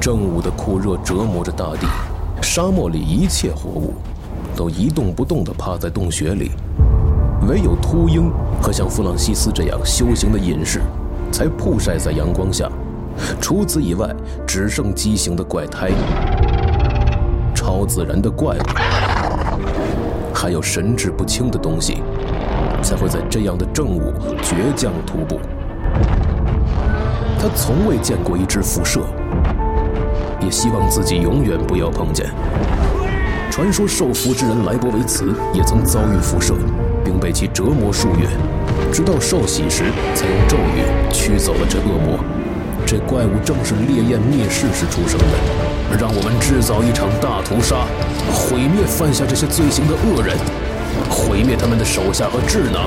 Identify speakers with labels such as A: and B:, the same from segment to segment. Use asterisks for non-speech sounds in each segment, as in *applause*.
A: 正午的酷热折磨着大地，沙漠里一切活物都一动不动地趴在洞穴里，唯有秃鹰和像弗朗西斯这样修行的隐士，才曝晒在阳光下。除此以外，只剩畸形的怪胎、超自然的怪物，还有神志不清的东西，才会在这样的正午倔强徒步。他从未见过一只辐射，也希望自己永远不要碰见。传说受福之人莱博维茨也曾遭遇辐射，并被其折磨数月，直到受洗时才用咒语驱走了这恶魔。这怪物正是烈焰灭世时出生的，让我们制造一场大屠杀，毁灭犯下这些罪行的恶人，毁灭他们的手下和智囊，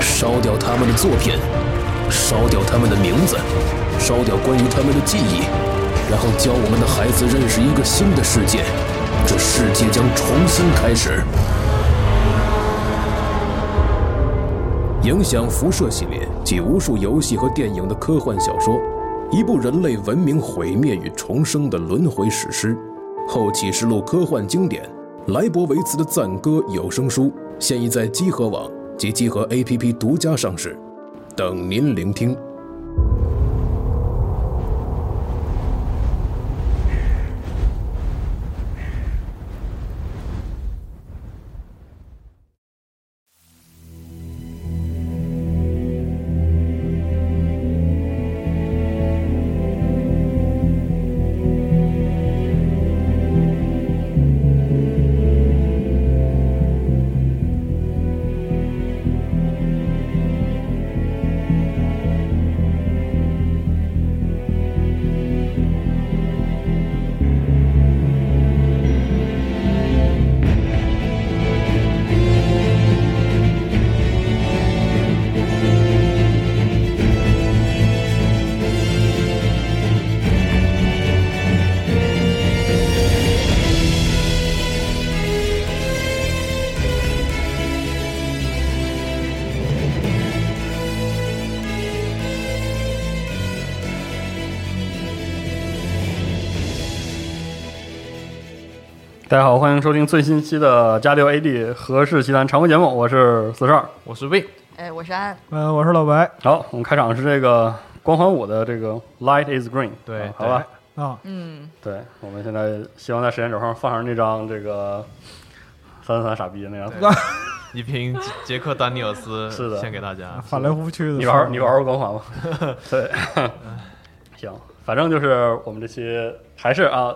A: 烧掉他们的作品。烧掉他们的名字，烧掉关于他们的记忆，然后教我们的孩子认识一个新的世界，这世界将重新开始。影响辐射系列及无数游戏和电影的科幻小说，一部人类文明毁灭与重生的轮回史诗，后启示录科幻经典，莱博维茨的赞歌有声书现已在积禾网及积禾 APP 独家上市。等您聆听。
B: 大家好，欢迎收听最新期的《加六 AD 何氏奇谈》常规节目，我是四十二。
C: 我是魏，
D: 哎，我是安，
E: 嗯，我是老白
B: 好，我们开场是这个《光环五》的这个 Light is Green，
C: 对
B: 啊好吧，
E: 啊，
D: 嗯，
B: 对，我们现在希望在时间轴上放上那张这个三三三傻逼那张。
C: 一瓶杰杰克丹尼尔斯
B: 是的
C: 献给大家。
E: 翻来覆去的。
B: 你玩你玩过光环吗？对，行，反正就是我们这期还是啊，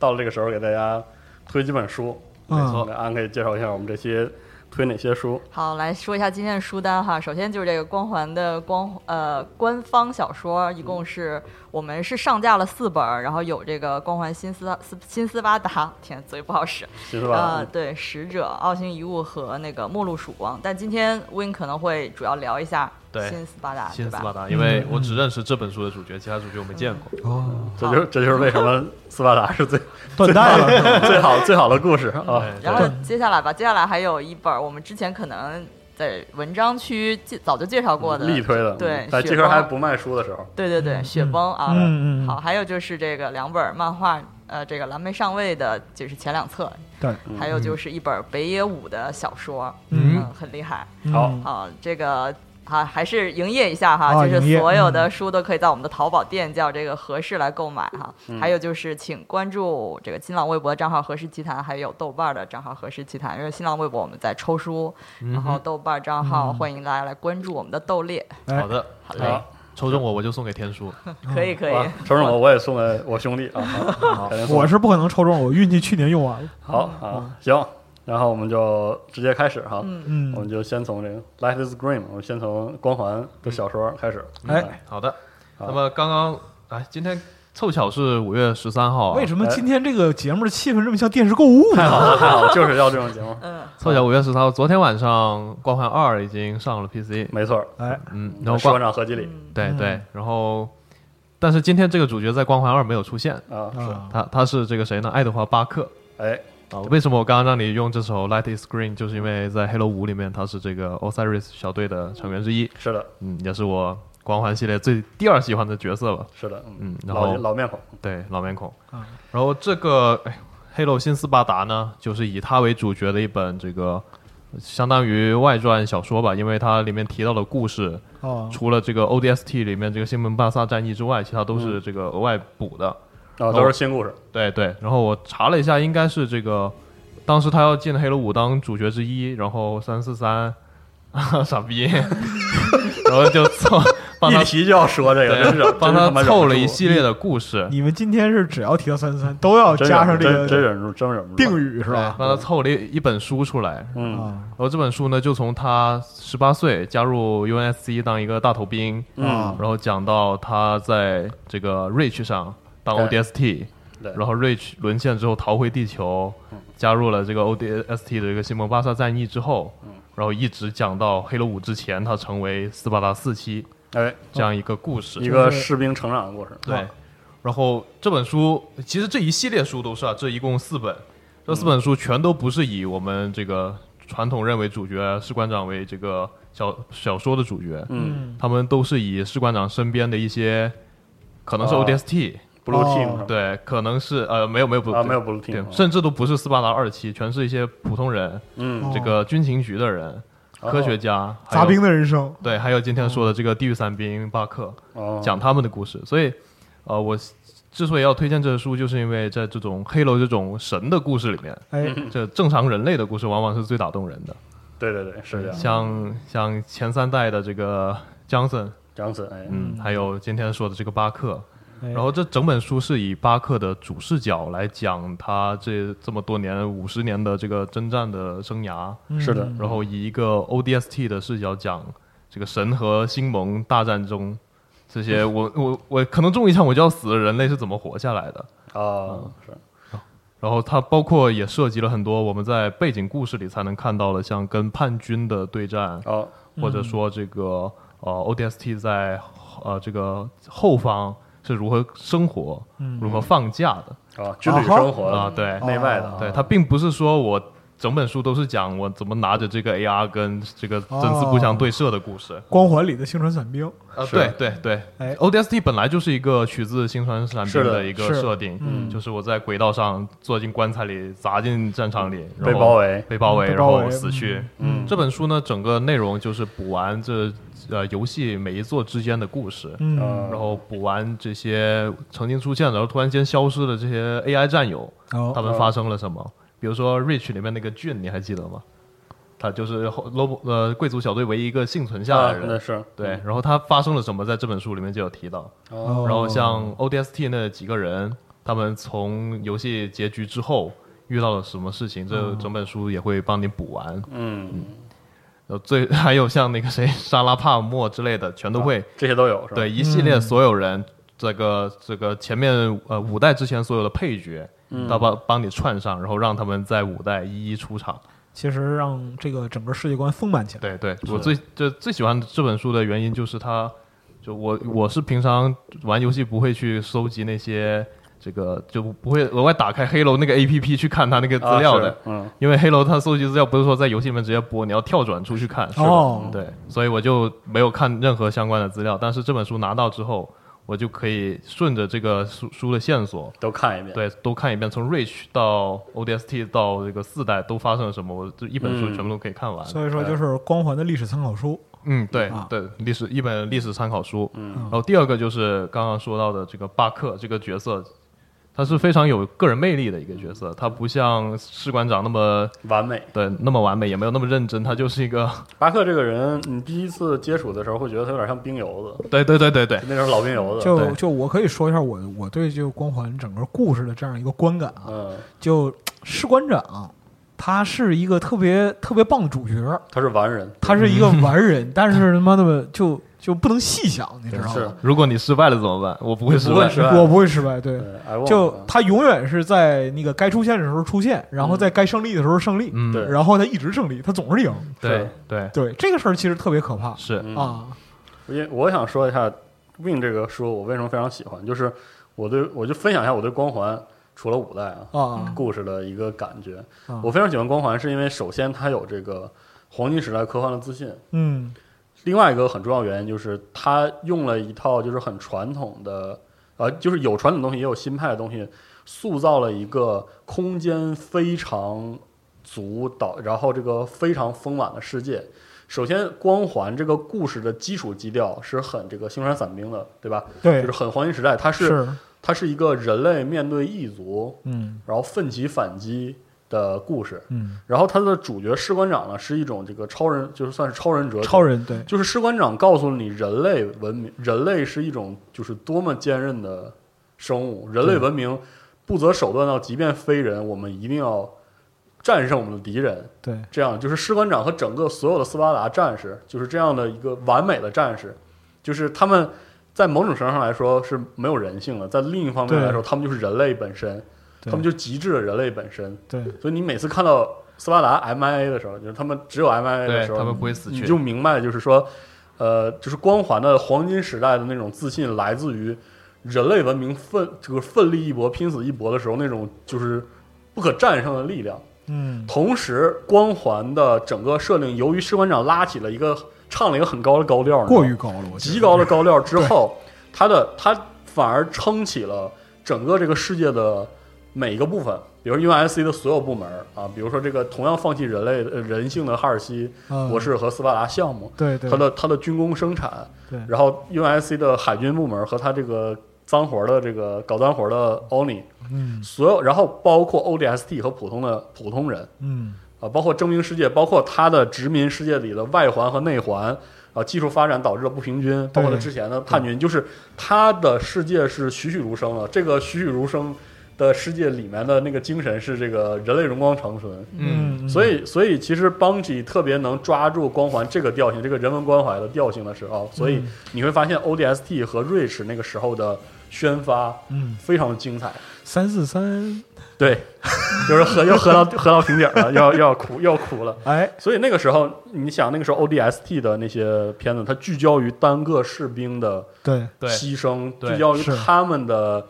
B: 到了这个时候给大家推几本书，
E: 嗯
B: 没错，安可以介绍一下我们这期推哪些书？
D: 好，来说一下今天的书单哈。首先就是这个《光环》的光呃官方小说，一
C: 嗯
D: 共是我们是上架了四本儿，然后有这个《光环新斯斯新斯巴达》，天，嘴不好使，
B: 其实
D: 呃
B: 吧，，
D: 对，《使者》《奥星遗物》和那个《末路曙光》。但今天 Win 可能会主要聊一下
C: 对
D: 新斯巴达，
C: 新斯
D: 对吧？
C: 巴达，因为我只认识这本书的主角，其他主角我没见过。
E: 哦，
B: 这就是这就是为什么斯巴达是最
E: 断代
B: *laughs*
E: 了，哎
B: 最好最好的故事啊！
C: 对
D: 然后接下来吧，接下来还有一本儿我们之前可能在文章区介早就介绍过
C: 嗯
D: 的
B: 力推的，嗯
D: 对
B: 在
D: 雪
B: 集合还
D: 崩
B: 不卖书的时候，
D: 对对对，雪崩啊，
E: 嗯嗯嗯
D: 好，还有就是这个两本漫画，呃，这个蓝莓上尉的就是前两册，
E: 对，
D: 还有就是一本北野武的小说，
E: 嗯
D: 很厉害。
B: 好
E: 嗯
D: 好，这个啊，还是营业一下哈，
E: 啊
D: 就是
E: 营业
D: 所有的书都可以在我们的淘宝店叫这个合适来购买哈。还有就是请关注这个新浪微博账号“合适奇谈”，还有豆瓣的账号“合适奇谈”，因为新浪微博我们在抽书，然后豆瓣账
E: 嗯
D: 号欢迎大家来关注我们的豆列。
E: 哎
C: 好的，
D: 好嘞
B: 好，，
C: 抽中我我就送给天叔。
E: 嗯
D: 可以可以
B: 啊，承认我我也送给我兄弟啊，肯定送
E: 我是不可能抽中，我运气去年用完了。
B: 好
D: 嗯
B: 啊，行，然后我们就直接开始哈，
E: 嗯
B: 我，们就先从这个《Life Is Green》，我们先从《光环》的小说开始，
E: 哎，
C: 好的，
B: 好
C: 那么刚刚哎，今天凑巧是五月十三号啊，
E: 为什么今天这个节目的气氛这么像电视购物
B: 太
E: 呢？
B: 嗯好了太好了， *laughs* 就是要这种节目，
D: 嗯，
C: 凑巧五月十三号，昨天晚上《光环二》已经上了 PC，
B: 没错，
E: 哎，
C: 嗯，然后
B: 社
C: 光
B: 长合集里
C: 对
E: 嗯
C: 对，然后但是今天这个主角在《光环二》没有出现，
B: 啊，
E: 啊，
C: 他他是这个谁呢？爱德华巴克。
B: 哎，
C: 啊，为什么我刚刚让你用这首《Light Is Green》，就是因为在《Hello 五》里面，他是这个 Osiris 小队的成员之一，
B: 是的，
C: 嗯，也是我光环系列最第二喜欢的角色吧。
B: 是的，
C: 嗯然
B: 老
C: 后
B: 老面孔，啊
C: 对，老面孔。
E: 嗯
C: 然后这个哎《黑楼新斯巴达》呢，就是以他为主角的一本这个相当于外传小说吧，因为它里面提到的故事，
E: 哦，
C: 除了这个 ODST 里面这个新门巴萨战役之外，其他都是这个额外补的。
B: 啊，都是新故事，
C: 对对，然后我查了一下，应该是这个，当时他要进黑楼五当主角之一，然后三四三， *laughs* 傻逼， *laughs* 然后就凑帮他
B: *laughs* 一提就要说这个，真是
C: 对
B: 真
C: 帮
B: 是
C: 他
B: 妈忍不
C: 凑了
B: 住
C: 一系列的故事，
E: 你们今天是只要提到三三，都要
B: 真
E: 加上
B: 忍
E: 这
B: 真真
E: 个
B: 忍住，真忍不住
E: 定语是吧？
C: 帮他凑了一一本书出来。
B: 嗯
E: 啊
C: 然后这本书呢，就从他十八岁加入 UNSC 当一个大头兵，
B: 嗯，
C: 然后讲到他在这个 Rich 上当
B: 对
C: ODST，
B: 对嗯
C: 然后 Rich 沦陷之后逃回地球，加入了这个 ODST 的这个西蒙巴萨战役之后，
B: 嗯
C: 然后一直讲到黑楼五之前，他成为斯巴达四期
B: 哎，
C: 这样一个故事。
B: 一个士兵成长的故事，
E: 哦
C: 对，然后这本书其实这一系列书都是啊，这一共四本，这四本书全都不是以我们这个传统认为主角啊士官长为这个小小说的主角，
B: 嗯
C: 他们都是以士官长身边的一些，可能是
B: 哦
C: ODST，、
B: ，Blue
E: 哦
B: Team 是吧
C: 对，可能是呃没有没有不
B: 啊没有 Blue
C: 对
B: Team，，
C: 甚至都不是斯巴达二期，全是一些普通人，
B: 嗯
E: 哦
C: 这个军情局的人、
B: 哦
C: 科学家、还有
E: 杂兵的人生，
C: 对，还有今天说的这个地狱三兵巴克，
B: 哦
C: 讲他们的故事。所以，呃，我之所以要推荐这本书，就是因为在这种黑楼这种神的故事里面，
E: 哎，
C: 这正常人类的故事往往是最打动人的。
B: 对对对是这样，
C: 像像前三代的这个 Johnson，
B: 张森哎
C: 嗯，还有今天说的这个巴克。
E: 哎
C: 然后这整本书是以巴克的主视角来讲他这这么多年五十年的这个征战的生涯，
B: 是的，
C: 然后以一个 ODST 的视角讲这个神和星盟大战中这些我我我可能中一枪我就要死的人类是怎么活下来的。
B: 啊
C: 嗯
B: 是
C: 然后它包括也涉及了很多我们在背景故事里才能看到的，像跟叛军的对战，
B: 哦
C: 或者说这个呃 ODST 在呃这个后方是如何生活、如何放假的。
B: 啊军旅生活
C: 啊对
B: 内外的
C: 对，
B: 啊
C: 它并不是说我整本书都是讲我怎么拿着这个 AR 跟这个针刺步枪对射的故事。
E: 光环里的星船伞兵，
C: 啊，
B: 是
C: 对对对、
E: 哎
C: o d s t 本来就是一个取自《星船闪
B: 是
C: 兵》
B: 的
C: 的一个
E: 是
C: 设定，
E: 嗯
C: 就是我在轨道上坐进棺材里，砸进战场里，然后
B: 被包围
C: 被包围，
E: 嗯被
C: 然
E: 包围
C: 后死去。
B: 嗯
C: 这本书呢，整个内容就是补完这呃游戏每一座之间的故事，
E: 嗯，
B: 嗯
C: 然后补完这些曾经出现然后突然间消失的这些 AI 战友，他
E: 好，
B: 嗯
C: 们发生了什么？比如说《Rich》里面那个俊，你还记得吗？他就是后 Lobo 呃贵族小队唯一一个幸存下来
B: 啊
C: 的人，
B: 那是
C: 对，然后他发生了什么，在这本书里面就有提到。
B: 哦
C: 然后像 ODST 那几个人，他们从游戏结局之后遇到了什么事情，
B: 哦
C: 这整本书也会帮你补完。
B: 嗯
C: 呃，最还有像那个谁沙拉帕莫之类的，全都会、
B: 这些都有啊是吧
C: 对一系列所有人，这个这个前面呃五代之前所有的配角，
B: 嗯
C: 都帮帮你串上，然后让他们在五代一一出场。
E: 其实让这个整个世界观丰满起来，
C: 对对，我最就最喜欢这本书的原因就是它，就我我是平常玩游戏不会去收集那些这个，就不会额外打开黑楼那个 A P P 去看它那个资
B: 啊
C: 料
B: 是
C: 的，
B: 嗯
C: 因为黑楼它搜集资料不是说在游戏里面直接播，你要跳转出去看。
E: 的哦
C: 对，嗯所以我就没有看任何相关的资料，但是这本书拿到之后，我就可以顺着这个书书的线索。
B: 都看一遍
C: 对，都看一遍，从 Rich 到 ODST 到这个四代都发生了什么，我就一本书
B: 嗯
C: 全部都可以看完。
E: 所以说就是光环的历史参考书，
C: 嗯，对、
E: 啊
C: 对，历史一本历史参考书。嗯，然后第二个就是刚刚说到的这个巴克这个角色，他是非常有个人魅力的一个角色，他不像士官长那么
B: 完美
C: 对那么完美，也没有那么认真，他就是一个 *laughs*
B: 巴克这个人，你第一次接触的时候会觉得他有点像冰油子，
C: 对对对对对
B: 就那时候老冰油子，
E: 就
C: 对
E: 就我可以说一下我我对这个光环整个故事的这样一个观感啊，
B: 嗯，
E: 就士官长，啊他是一个特别特别棒的主角，
B: 他是完人，
E: 他是一个完人，但是他妈的就就不能细想，你知道
B: 是
E: 吗？
C: 如果你失败了怎么办？我不会失
B: 不
C: 败
B: 会。失败
E: 我不会失败，对，
B: 对，I won，
E: 就
B: 嗯
E: 他永远是在那个该出现的时候出现，然后在该胜利的时候胜利，
C: 嗯，
B: 对
E: 然后他一直胜利，他总是赢。
C: 对
B: 是
C: 对
E: 对这个事儿其实特别可怕
C: 是，
B: 嗯
E: 啊，
B: 因为我想说一下《Win》这个书，我为什么非常喜欢，就是我对我就分享一下我对《光环》除了五代啊、
E: 啊
B: 故事的一个感觉。
E: 啊
B: 我非常喜欢《光环》，是因为首先它有这个黄金时代科幻的自信，
E: 嗯
B: 另外一个很重要原因就是他用了一套就是很传统的，呃，就是有传统东西也有新派的东西，塑造了一个空间非常足导，然后这个非常丰满的世界。首先，光环这个故事的基础基调是很这个星船散兵的，对吧？
E: 对
B: 就是，很黄金时代，它是
E: 是，
B: 它是一个人类面对异族，
E: 嗯
B: 然后奋起反击的故事。
E: 嗯，
B: 然后它的主角士官长呢，是一种这个超人，就是算是超人哲学，
E: 超人对，
B: 就是士官长告诉你，人类文明，人类是一种就是多么坚韧的生物，人类文明不择手段到，即便非人，我们一定要战胜我们的敌人。
E: 对，
B: 这样就是士官长和整个所有的斯巴达战士，就是这样的一个完美的战士，就是他们在某种程度上来说是没有人性的，在另一方面来说，他们就是人类本身，
E: 对
B: 他们就极致的人类本身。
E: 对，
B: 所以你每次看到斯巴达 MIA 的时候，就是他们只有 MIA 的
C: 对
B: 时候，
C: 他们不会死
B: 你
C: 去
B: 就，明白，就是说，呃，就是光环的黄金时代的那种自信，来自于人类文明奋就是奋力一搏、拼死一搏的时候那种就是不可战胜的力量。
E: 嗯
B: 同时，光环的整个设定，由于士官长拉起了一个唱了一个很高的高调，
E: 过于高了，我觉得
B: 极高的高调之后，他的他反而撑起了整个这个世界的每一个部分，比如 UNSC 的所有部门啊，比如说这个同样放弃人类呃人性的哈尔西
E: 嗯
B: 博士和斯巴达项目，
E: 对对
B: 它的它的军工生产，
E: 对
B: 然后 UNSC 的海军部门和它这个脏活儿的这个搞脏活儿的 ONI，
E: 嗯
B: 所有，然后包括 ODST 和普通的普通人，
E: 嗯
B: 啊，包括征兵世界，包括它的殖民世界里的外环和内环，啊，技术发展导致的不平均，包括它之前的叛军，就是它的世界是栩栩如生的。这个栩栩如生的世界里面的那个精神是这个人类荣光长存。
C: 嗯，
B: 所以，所以其实邦吉特别能抓住光环这个调性，这个人文关怀的调性的时候，所
C: 嗯
B: 以你会发现 ODST 和 Rich 那个时候的宣发
E: 嗯
B: 非常精彩。
E: 三四三，
B: 对， *laughs* 就是喝又喝到喝到瓶颈了，要要哭要哭了。
E: 哎，
B: 所以那个时候，你想那个时候 ODST 的那些片子，它聚焦于单个士兵的
E: 对
C: 对
B: 牺牲，
C: 对
B: 聚焦于
E: 是
B: 他们的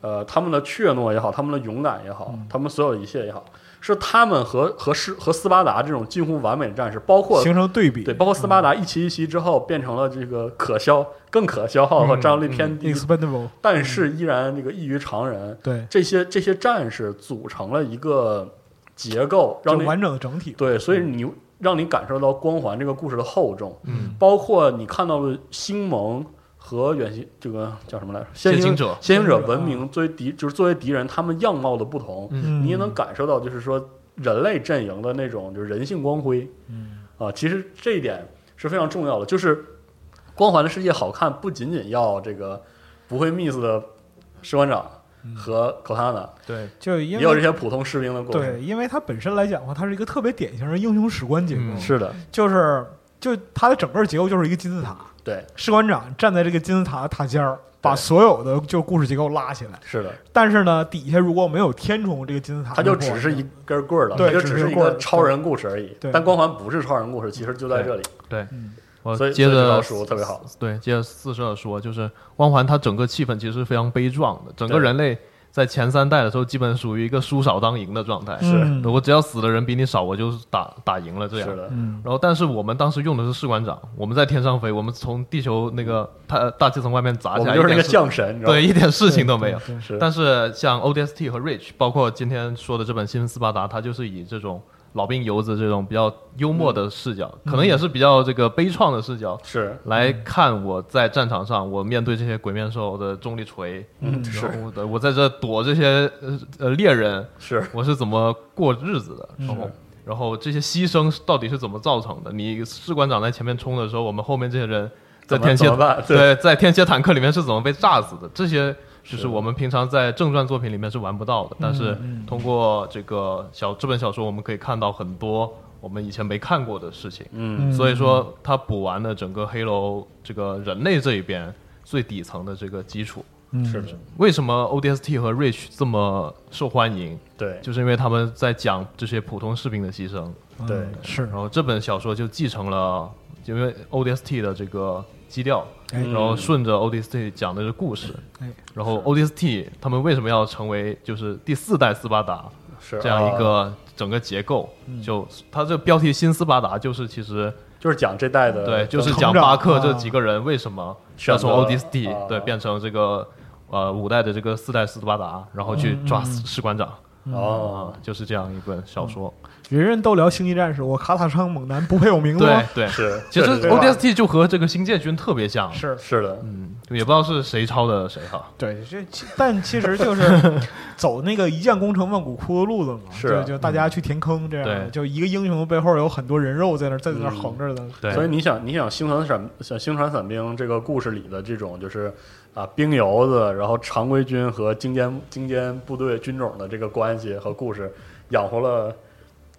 B: 呃他们的怯懦也好，他们的勇敢也好，他们所有的一切也好，是他们和和斯和斯巴达这种近乎完美的战士，包括
E: 形成对比，
B: 对包括斯巴达一期一期之后变成了这个可消 *laughs* 更可消耗和战斗力
E: 嗯
B: 偏低，
E: ，expendable，
B: 但是依然这个异于常人。
E: 对，
B: 这些这些战士组成了一个结构，让
E: 就
B: 那
E: 完整的整体，
B: 对，所以你让你感受到《光环》这个故事的厚重，
C: 嗯，
B: 包括你看到了星盟和远行这个叫什么来着？
C: 先行
B: 行
C: 者
B: 先行者
E: 嗯
B: 文明作为敌，就是作为敌人，他们样貌的不同，
E: 嗯
B: 你也能感受到，就是说人类阵营的那种就是人性光辉。嗯啊，其实这一点是非常重要的，就是《光环》的世界好看，不仅仅要这个不会 miss 的士官长和 Cortana，、
C: 对，
E: 就因
B: 也
E: 为
B: 有这些普通士兵的过程。
E: 对，因为它本身来讲的话，它是一个特别典型的英雄史观结构，
C: 嗯
B: 是的，
E: 就是就它的整个结构就是一个金字塔，
B: 对，
E: 士官长站在这个金字塔的塔尖儿，把所有的就故事结构拉起来。
B: 是的。
E: 但是呢，底下如果没有填充这个金字塔，
B: 它就只是一根棍儿了，
E: 对
B: 它就
E: 只
B: 只
E: 是
B: 是一
E: 棍
B: 个
E: 儿
B: 超人故事而已
E: 对。
B: 但光环不是超人故事，其实就在这里。
C: 我
B: 所以
C: 接
B: 所以这
C: 着
B: 套书特别好，
C: 对，接着四舍说，就是光环它整个气氛其实是非常悲壮的，整个
B: 对
C: 人类在前三代的时候，基本属于一个输少当赢的状态。
B: 是
E: 嗯
C: 我只要死的人比你少，我就打打赢了这样。
B: 是的，
E: 嗯，
C: 然后，但是我们当时用的是士官长，我们在天上飞，我们从地球那个太大气层外面砸
B: 我
C: 下
B: 们
C: 来，
B: 就是那
C: 一
B: 个
C: 点事
B: 将神，你知道吗
C: 对，？一点事情都没有。
E: 对，对
B: 是
C: 但是像 ODST 和 Rich，包括今天说的这本《新斯巴达》，它就是以这种老兵游子这种比较幽默的视角，
B: 嗯
C: 可能也是比较这个悲怆的视角，
B: 是
C: 来看我在战场上，我面对这些鬼面兽的重力锤，
B: 嗯
C: 然
B: 是
C: 后我的我在这躲这些呃呃猎人，
B: 是
C: 我是怎么过日子的，
B: 嗯
C: 然后。然后这些牺牲是到底是怎么造成的？你士官长在前面冲的时候，我们后面这些人
B: 怎
C: 在
B: 么
C: 天蝎
B: 怎么
C: *laughs*
B: 办对
C: 对在天蝎坦克里面是怎么被炸死的？这些就是我们平常在正传作品里面是玩不到的，但
B: 嗯
C: 是通过这个小这本小说，我们可以看到很多我们以前没看过的事情。
B: 嗯
C: 所以说它补完了整个黑楼这个人类这一边最底层的这个基础。
E: 嗯
B: 是的，
C: 为什么 ODST 和 Rich 这么受欢迎？
B: 对
C: 就是因为他们在讲这些普通士兵的牺牲。
B: 对
E: 嗯是
C: 然后这本小说就继承了，因为 ODST 的这个基调，
E: 哎
C: 然后
B: 嗯
C: 顺着 ODST 讲的这故事，
E: 哎
C: 然后 ODST 他们为什么要成为就是第四代斯巴达
B: 是
C: 这样一
B: 啊
E: 嗯
C: 个整个结构？就它这标题“新斯巴达”就是其实
B: 呃就是讲这代的，
C: 对，就是
E: 成
C: 讲
E: 长
C: 巴克
E: 啊
C: 这几个人为什么
B: 选
C: 要从
B: 择
C: ODST、
B: 啊
C: 对变成这个呃五代的这个四代斯图巴达，然后
E: 嗯
C: 去抓士士官长啊、
B: 哦，
C: 就是这样一本小说。
E: 人人都聊星际战士，我卡塔昌猛男不配有名字
C: 对
E: 吗？
C: 嗯对，
B: 是，
C: 其实
B: 确是这样
C: ODST 就和这个星舰君特别像，
E: 是
B: 是的，
C: 嗯，也不知道是谁抄的谁哈。
E: 对，这其但其实就是
B: *laughs*
E: 走那个一将功成万骨枯的路子嘛，
B: 是啊嗯
E: 就就大家去填坑这样的，
C: 对
E: 就一个英雄的背后有很多人肉在那儿在那儿
B: 嗯
E: 横着的，
C: 对，
B: 所以你想，你想星船伞，想星船伞兵这个故事里的这种就是啊兵油子，然后常规军和精尖精尖部队军种的这个关系和故事，养活了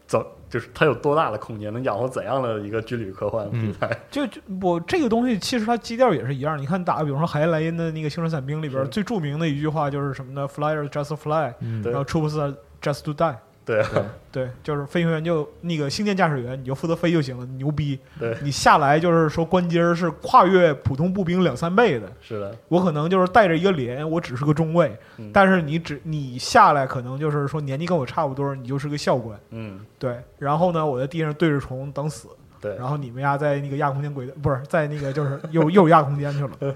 B: 怎就是它有多大的空间，能养活怎样的一个军旅科幻题
C: 嗯
B: 材？
E: 就就我这个东西，其实它基调也是一样。你看，打个比方说海因莱因的那个《星辰伞兵》里边
B: 是
E: 最著名的一句话就是什么呢？“Flyers just fly”，
C: 嗯
B: 对
E: 然后 “Troops are just to die”。
B: *laughs* 对
E: 对，就是飞行员就那个星舰驾驶员，你就负责飞就行了，你牛逼。
B: 对，
E: 你下来就是说关节儿是跨越普通步兵两三倍的。
B: *laughs* 是的，
E: 我可能就是带着一个连，我只是个中尉，
B: 嗯
E: 但是你只你下来可能就是说年纪跟我差不多，你就是个校官。
B: 嗯，
E: 对，然后呢，我在地上对着虫等死。
B: 对
E: 然后你们呀，在那个亚空间轨道，不是在那个
B: *laughs*
E: 就是又又亚空间去了，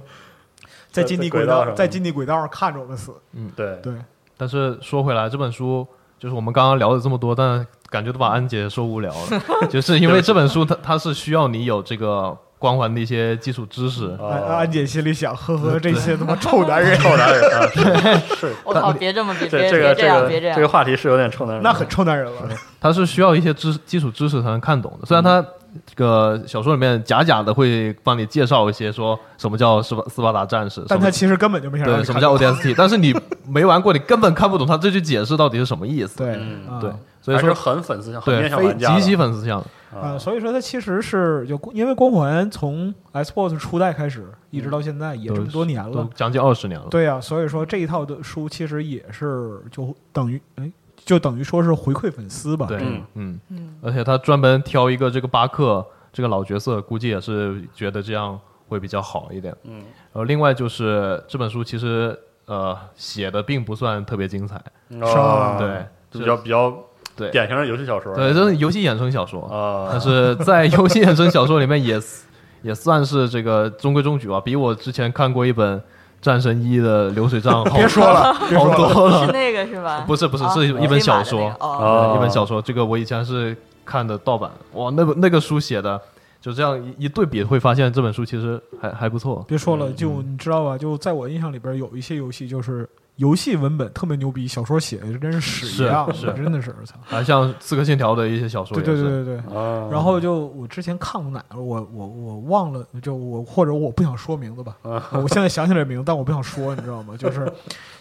E: 在近地轨
B: 在轨道
E: 道，
B: 上
E: 在近地轨道上看着我们死。
B: 对，
E: 对，
C: 但是说回来，这本书就是我们刚刚聊了这么多，但感觉都把安杰说无
B: *laughs*
C: 聊了，就是因为这本书它它是需要你有这个光环的一些基础知识。
E: 安
B: 啊，
E: 安姐心里想，呵呵，这些他妈臭
C: *laughs*
E: 男人，
B: 臭男人啊，是是，
D: 我靠，别这么 *laughs* 别
B: 这
D: 别
B: 这个
D: 别
B: 这
D: 样，
B: 个
D: 别这
B: 个
D: 样。
B: 话题是有点臭男人，
E: 那很臭男人了。
C: 它是需要一些知基础知识才能看懂的。虽然它这个小说里面假假的会帮你介绍一些说什么叫斯巴斯巴达战士，
E: 但
C: 什
E: 他
C: 么
E: 其实根本就没想让
C: 对
E: 你
C: 什
E: 看
C: 么叫
E: 到。
C: ODST，但是你没玩过，你根本看不懂他这句解释到底是什么意思。
E: 对
B: 嗯
E: 啊
C: 对，所以
B: 还是
C: 说
B: 很粉丝向，很
C: 对
B: 面向
C: 非
B: 玩家
C: 极
B: 的
C: 其粉丝向的，
E: 啊，所以说它其实是就因为光环从 Xbox 初代开始一直到现在也这么多年
C: 嗯都
E: 了，
C: 将近二十年了。
E: 对呀、所以说这一套的书其实也是就等于哎，就等于说是回馈粉丝吧。
C: 对
B: 嗯，
C: 嗯。
D: 嗯，
C: 而且他专门挑一个这个巴克这个老角色，估计也是觉得这样会比较好一点。
B: 嗯，
C: 然后另外就是这本书其实呃写的并不算特别精彩，
E: 是吧
B: 哦就比
C: 对，
B: 较比较
C: 对
B: 典型的游戏小说，
C: 对，这是游戏衍生小说，
B: 啊，
C: 但是在游戏衍生小说里面也 *laughs* 也算是这个中规中矩吧，比我之前看过一本《战神一》的流水账好
E: 别说
C: *laughs*
E: 了，别说
C: 好
E: 了，
C: 多
D: 是
C: 了，
D: 那个是吧？
C: 不是不是
D: 啊
C: 是一
D: 金
C: 本
D: 马
C: 小
D: 的那
C: 说啊
D: 个哦，
B: 哦
C: 对呃一本小说，这个我以前是看的盗版，哇，那本那个书写的，就这样一一对比，会发现这本书其实还还不错。
E: 别说了，就
C: 嗯
E: 你知道吧？就在我印象里边，有一些游戏就是游戏文本特别牛逼，小说写的真是屎一样，
C: 是是
E: 真的是，我操！
C: 啊，像《刺客信条》的一些小说
E: 对
C: 也
E: 对
C: 是，
E: 对对对。
B: 啊，
E: 然后就我之前看过哪个，我我我忘了，就我或者我不想说名字吧，
B: 啊
E: 我现在想起来名字，但我不想说，你知道吗？ *laughs* 就是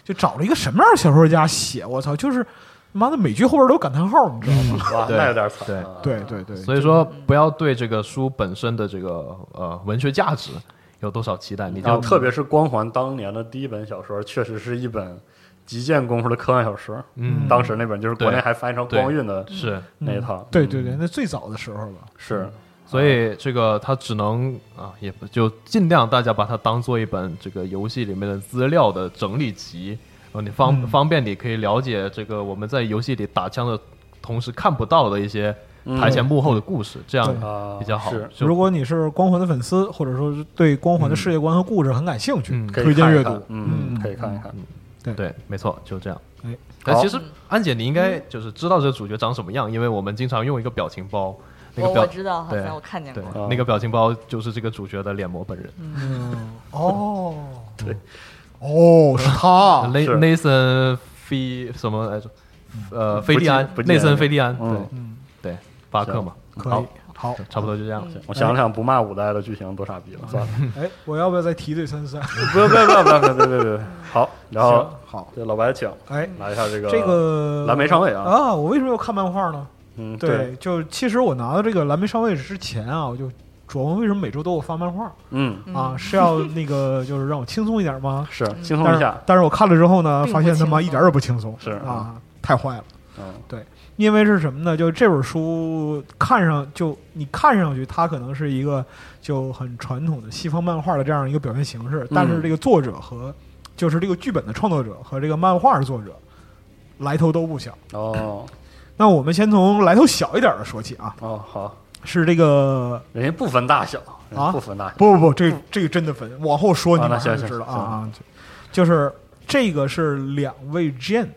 E: 就找了一个什么样的小说家写，我操，就是妈的每句后边都有感叹号，你知道吗？
B: 哇，
C: 对
B: 那有点惨，
C: 对
B: 啊，
E: 对对对，
C: 所以说不要对这个书本身的这个呃文学价值有多少期待，你
B: 然后
C: 就
B: 特别是光环当年的第一本小说，确实是一本极见功夫的科幻小说。
C: 嗯
B: 当时那本就是国内
C: 对
B: 还翻译成《光晕》的
C: 是，嗯
B: 那一套，
E: 嗯
B: 嗯
E: 对对对，那最早的时候吧，
B: 是
C: 所以这个它只能啊，也不就尽量大家把它当做一本这个游戏里面的资料的整理集，然后你方、
E: 嗯
C: 方便你可以了解这个我们在游戏里打枪的同时看不到的一些台前幕后的故事，这样
E: 对
B: 嗯啊
C: 比较好。
B: 是
C: 就
E: 如果你是光环的粉丝，或者说是对光环的世界观和故事很感兴趣，
C: 嗯
B: 可以
E: 推荐
B: 看一
E: 阅
B: 看
E: 读。
B: 嗯，可以看一
E: 嗯
B: 看。
C: 对，没错，就这样。
E: 哎
C: 但
B: 好
C: 其实安姐，你应该就是知道这主角长什么样，因为我们经常用一个表情包，那
D: 我
C: 个
D: 我
C: 表
D: 知道，好
C: 对
D: 像我看见
C: 对
D: 过。
B: 啊
C: 那个表情包就是这个主角的脸模本人。
E: 嗯，哦，
B: *laughs* 对，
E: 哦，是他，
C: 雷
B: 啊是
C: 内森菲什么来着？呃，菲利安
B: 不，记
C: 内
B: 得
C: 森菲利安，
B: 嗯
C: 对
E: 嗯，
C: 对，巴克嘛，
E: 可
C: 好
E: 以，好，
B: *laughs*
C: 差不多就这样。
B: 我想了想，不骂五代的剧情多傻逼了，算了，
C: *laughs*
E: 哎，我要不要再提对三 *laughs* 三？
B: 不要不要不要不要不要不要不要。好，然后
E: 行好，
B: 这老白请
E: 哎，
B: 来一下这个
E: 这个
B: 蓝莓上尉啊，
E: 啊，我为什么要看漫画呢？
B: 嗯，
E: 对，，就其实我拿到这个蓝莓上位之前啊，我就琢磨为什么每周都有发漫画
B: 嗯，
E: 啊，是要那个就是让我轻松一点吗？
B: 是 *laughs* 轻松
E: 但
B: 一
E: 是
B: 下，
E: 但是我看了之后呢，
D: 并
E: 发
D: 不
E: 现他妈
D: 轻松
E: 一点儿也不轻松，
B: 是
E: 啊，太坏了。
B: 嗯
E: 因为是什么呢？就这本书看上就你看上去，它可能是一个就很传统的西方漫画的这样一个表现形式，但
B: 嗯
E: 是这个作者和就是这个剧本的创作者和这个漫画作者来头都不小。
B: 哦
E: 那我们先从来头小一点的说起啊。
B: 哦好，
E: 是这个
B: 人家不分大小，人家
E: 啊
B: 不分大小，
E: 不不不，这个这个真的分，往后说你
B: 啊那
E: 马上
B: 行
E: 就
B: 行
E: 知道啊
B: 行
E: 啊，就就是这个是两位 Jane，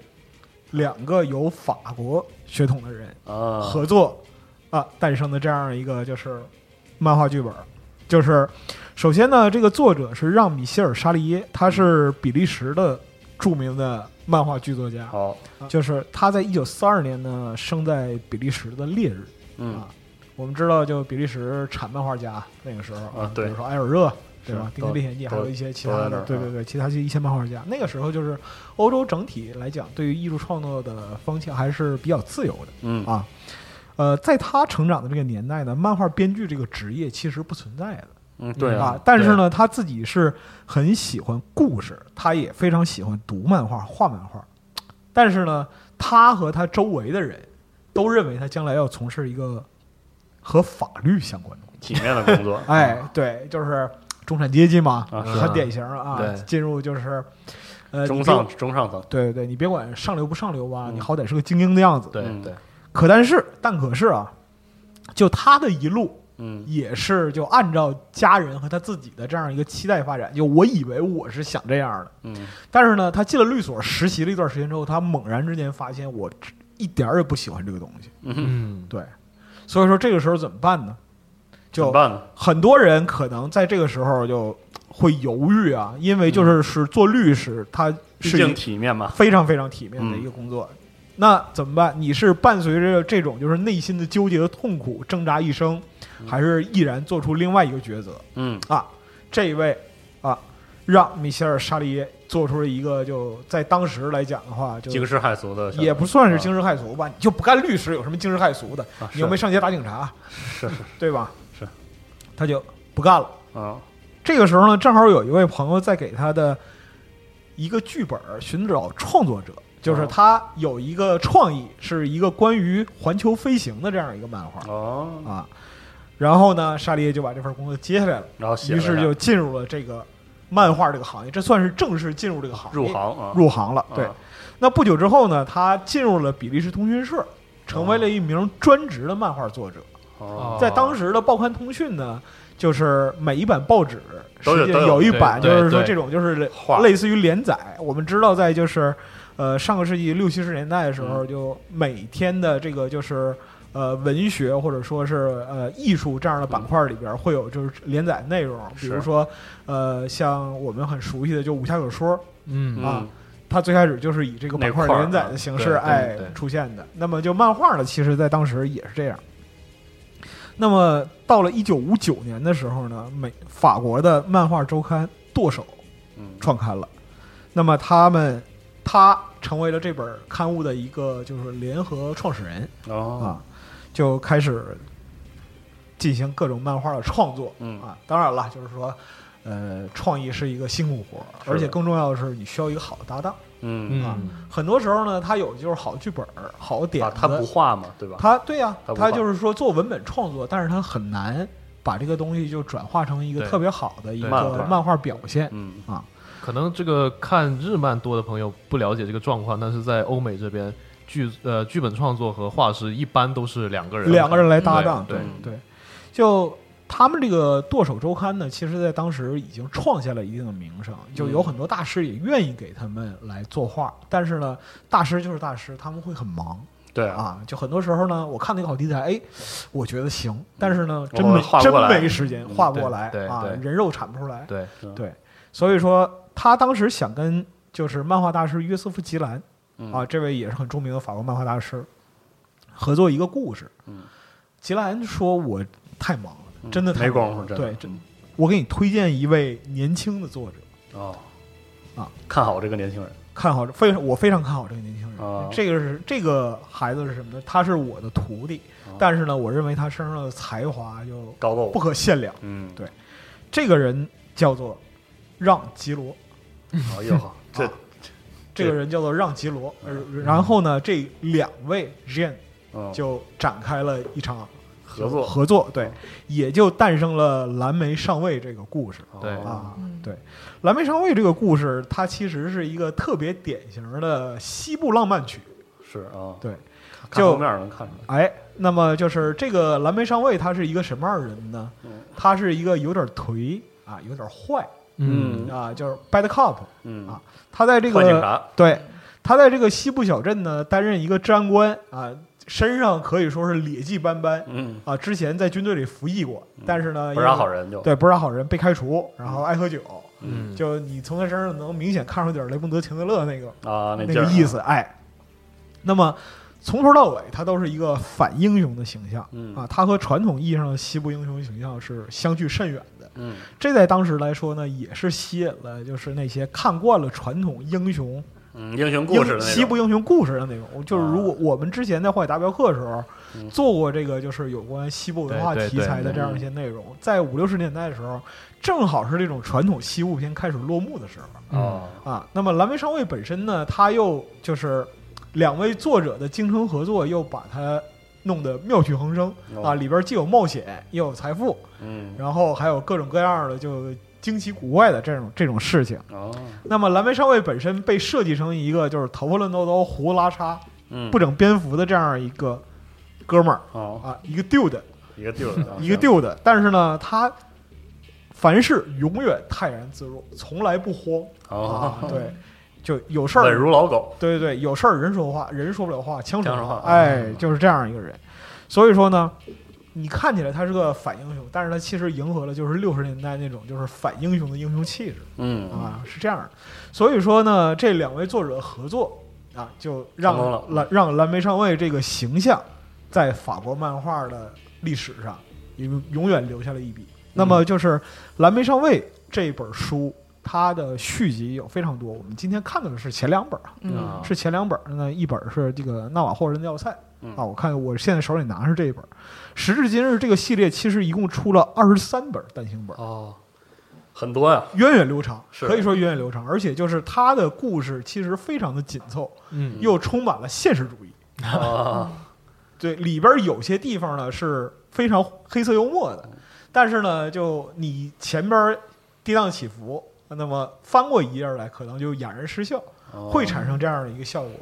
E: 两个有法国血统的人
B: 啊，
E: 合作啊诞生的这样一个就是漫画剧本，就是首先呢，这个作者是让米歇尔沙利耶，他是比利时的著名的漫画剧作家，
B: 好，
E: 就是他在一九四二年呢生在比利时的烈日。
B: 嗯
E: 啊，我们知道，就比利时产漫画家那个时候
B: 啊对
E: 比如说埃尔热，对吧？
B: 是
E: 丁丁历险记，
B: 都
E: 还有一些其他
B: 都在那儿
E: 的，
B: 啊
E: 对对对，其他一些漫画家，那个时候就是欧洲整体来讲，对于艺术创作的风气还是比较自由的
B: 嗯
E: 啊。呃，在他成长的这个年代呢，漫画编剧这个职业其实不存在的。
B: 嗯，对
E: 啊
B: 啊，，
E: 但是呢，他自己是很喜欢故事，他也非常喜欢读漫画、画漫画，但是呢，他和他周围的人都认为他将来要从事一个和法律相关的工作。
B: 体面的工
E: *laughs*
B: 作，
E: 哎，对，就是中产阶级嘛，
B: 啊是啊
E: 很典型啊
B: 对，
E: 进入就是呃
B: 中
E: 你别
B: 上中上层，
E: 对对对，你别管上流不上流吧，
B: 嗯
E: 你好歹是个精英的样子。
C: 对
B: 嗯
C: 对，
E: 可但是，但可是啊，就他的一路
B: 嗯
E: 也是就按照家人和他自己的这样一个期待发展。就我以为我是想这样的，
B: 嗯
E: 但是呢，他进了律所实习了一段时间之后，他猛然之间发现我一点儿也不喜欢这个东西。
B: 嗯，
C: 嗯，
E: 对，所以说这个时候怎么办呢？
B: 怎么
E: 就
B: 办呢？
E: 很多人可能在这个时候就会犹豫啊，因为就是是做律师，他
B: 嗯毕
E: 是一
B: 竟体面嘛，
E: 非常非常体面的
B: 嗯
E: 一个工作。那怎么办？你是伴随着这种就是内心的纠结和痛苦挣扎一生，还是毅然做出另外一个抉择
B: 嗯
E: 啊？这一位啊，让米歇尔·沙利耶做出了一个就在当时来讲的话，就
B: 惊世骇俗的，
E: 也不算是惊世骇俗吧？你就不干律师，有什么惊世骇俗的？
B: 啊，
E: 你又没上街打警察，
B: 是是
E: 对吧？
B: 是，
E: 他就不干了。
B: 啊，
E: 这个时候呢，正好有一位朋友在给他的一个剧本儿寻找创作者，
B: 哦
E: 就是他有一个创意，是一个关于环球飞行的这样一个漫画
B: 哦，
E: 啊。然后呢，沙利叶就把这份工作接下来了，
B: 然后哦写
E: 于
B: 了
E: 是
B: 呀
E: 就进入了这个漫画这个行业，这算是正式进入这个行业，
B: 入行啊，
E: 入行了。对
B: 啊，
E: 那不久之后呢，他进入了比利时通讯社，成为了一名专职的漫画作者。
B: 哦，
E: 在当时的报刊通讯呢，就是每一版报纸
B: 都有
E: 实际上
B: 都有
E: 有一版，就
C: 对
E: 是说
C: 对
E: 这种就是类
B: 画
E: 类似于连载。我们知道，在就是呃上个世纪六七十年代的时
B: 嗯
E: 候，就每天的这个就是。呃，文学或者说是呃艺术这样的板块里边会有就是连载内容，比如
B: 是
E: 说呃像我们很熟悉的就武侠小说，
C: 嗯
E: 啊
B: 嗯，
E: 它最开始就是以这个板块
B: 那块儿啊
E: 连载的形式
C: 对对
E: 哎
C: 对
E: 出现的。那么就漫画呢，其实在当时也是这样。那么到了一九五九年的时候呢，美法国的漫画周刊《剁手》
B: 嗯
E: 创刊了。那么他们他成为了这本刊物的一个就是联合创始人
B: 哦，
E: 啊，就开始进行各种漫画的创作。
B: 嗯
E: 啊，当然了，就是说，呃，创意是一个辛苦活儿，
B: 是的
E: 而且更重要的是，你需要一个好的搭档。
B: 嗯
E: 啊很多时候呢，他有就是好剧本儿、好点
B: 啊，
E: 子，
B: 他不画嘛，对吧？
E: 他对呀、
B: 他不
E: 他
B: 画
E: 就是说做文本创作，但是他很难把这个东西就转化成一个
C: 对
E: 特别好的一个
C: 对
B: 漫画
E: 漫画表现。
B: 嗯
C: 可能这个看日漫多的朋友不了解这个状况，但是在欧美这边剧呃剧本创作和画师一般都是两个人，
E: 两个人来搭档，
C: 对
E: 对
B: 对
E: 对，就他们这个《剁手周刊》呢，其实在当时已经创下了一定的名声，就
B: 嗯
E: 有很多大师也愿意给他们来作画，但是呢，大师就是大师，他们会很忙。
B: 对，
E: 啊，就很多时候呢，我看那个好题材，哎，我觉得行，但是呢，
B: 嗯我
E: 真没
B: 画不
E: 真
B: 过来嗯
E: 没时间画不
C: 对
E: 过来
C: 对
E: 啊
C: 对，
E: 人肉产不出来。
C: 对，
E: 所以说，他当时想跟就是漫画大师约瑟夫·吉兰
B: 嗯
E: 啊，，这位也是很著名的法国漫画大师合作一个故事。
B: 嗯，
E: 吉兰说：“我太忙了，
B: 嗯
E: 真的
B: 没
E: 太忙
B: 工夫，
E: 了
B: 真
E: 对
B: 的，
E: 真我给你推荐一位年轻的作者，
B: 哦
E: 啊，
B: 看好这个年轻人
E: 看好这非常我非常看好这个年轻人。
B: 啊
E: 这个是这个孩子是什么呢？他是我的徒弟，
B: 啊
E: 但是呢，我认为他身上的才华就
B: 高过
E: 不
B: 我，
E: 可限量。
B: 嗯，
E: 对这个人叫做让吉罗， *laughs*
B: 好哦又好，这
E: 啊这个人叫做让吉罗。呃然后呢，这两位 Jean
B: 嗯
E: 就展开了一场
B: 合作
E: 合作对
B: 嗯，
E: 也就诞生了《蓝莓上尉》这个故事。
B: 哦
C: 对
E: 啊
D: 嗯，
E: 对，《蓝莓上尉》这个故事，它其实是一个特别典型的西部浪漫曲。
B: 是啊，
E: 对，
B: 看
E: 就
B: 封面儿能看出来。
E: 哎，那么就是这个蓝莓上尉，他是一个什么样的人呢？他是一个有点颓啊，有点坏
B: 嗯
E: 啊，就是 bad cop。
B: 嗯
E: 啊他在这
B: 换警
E: 个
B: 察，
E: 对，他在这个西部小镇呢担任一个治安官啊，身上可以说是劣迹斑斑
B: 嗯，
E: 啊。之前在军队里服役过，但是呢，
B: 不是啥
E: 因为
B: 好人就，
E: 哎对，不是啥好人，被开除，然后爱喝酒，
C: 嗯
E: 就你从他身上能明显看出点雷蒙德·钱德勒那个
B: 啊，
E: 那
B: 劲儿
E: 个
B: 啊
E: 意，思，哎。那么从头到尾，他都是一个反英雄的形象
B: 嗯
E: 啊，他和传统意义上的西部英雄形象是相距甚远的。
B: 嗯
E: 这在当时来说呢，也是吸引了就是那些看惯了传统英雄
B: 嗯，英雄故
E: 英
B: 事的那
E: 西
B: 种啊
E: 部英雄故事的那种。就是如果我们之前在《荒野大镖客》的时候、
B: 嗯
E: 做过这个，就是有关西部文化
C: 对对
E: 题材
B: 对
E: 的
B: 嗯
E: 这样一些内容，在五六十年代的时候，正好是这种传统西部片开始落幕的时候
B: 哦，
E: 啊。那么《蓝莓上尉》本身呢，他又就是两位作者的精诚合作，又把它弄得妙趣横生、
B: 哦
E: 啊，里边既有冒险，又有财富，
B: 嗯，
E: 然后还有各种各样的就惊奇古怪的这种这种事情。
B: 哦，
E: 那么蓝莓上尉本身被设计成一个就是头发乱糟糟、胡子拉碴、
B: 嗯，
E: 不整蝙蝠的这样一个哥们儿
B: 哦，
E: 啊，一个 dude，
B: 一个地啊儿，
E: *laughs* 一个 dude。但是呢，他凡事永远泰然自若，从来不慌啊
B: 哦，，
E: 对，就有事
B: 稳
E: 儿，
B: 如老狗，
E: 对对对，有事儿人说话，人说不了话，枪
B: 枪
E: 说
B: 说话
E: 哎，就是这样一个人。所以说呢。你看起来他是个反英雄，但是他其实迎合了就是六十年代那种就是反英雄的英雄气质。
B: 嗯，
E: 啊，是这样的。所以说呢，这两位作者合作啊，就让
B: 成功了
E: 蓝让蓝莓上尉这个形象在法国漫画的历史上永永远留下了一
B: 嗯
E: 笔。那么就是《蓝莓上尉》这本书，它的续集有非常多。我们今天看到的是前两本啊，
D: 嗯
B: 啊
E: 是前两本儿，那一本儿是这个《纳瓦霍人的要塞》
B: 嗯
E: 啊，我看我现在手里拿是这一本儿。时至今日，这个系列其实一共出了二十三本儿单行本儿。
B: 哦，很多呀，
E: 源远流长，
B: 是
E: 可以说源远流长，而且就是他的故事其实非常的紧凑，
C: 嗯
E: 又充满了现实主义。
B: 啊，
E: 对，里边有些地方呢是非常黑色幽默
B: 嗯
E: 的，但是呢，就你前边跌宕起伏，那么翻过一页来，可能就哑然失笑， *laughs* 会产生这样的一个效果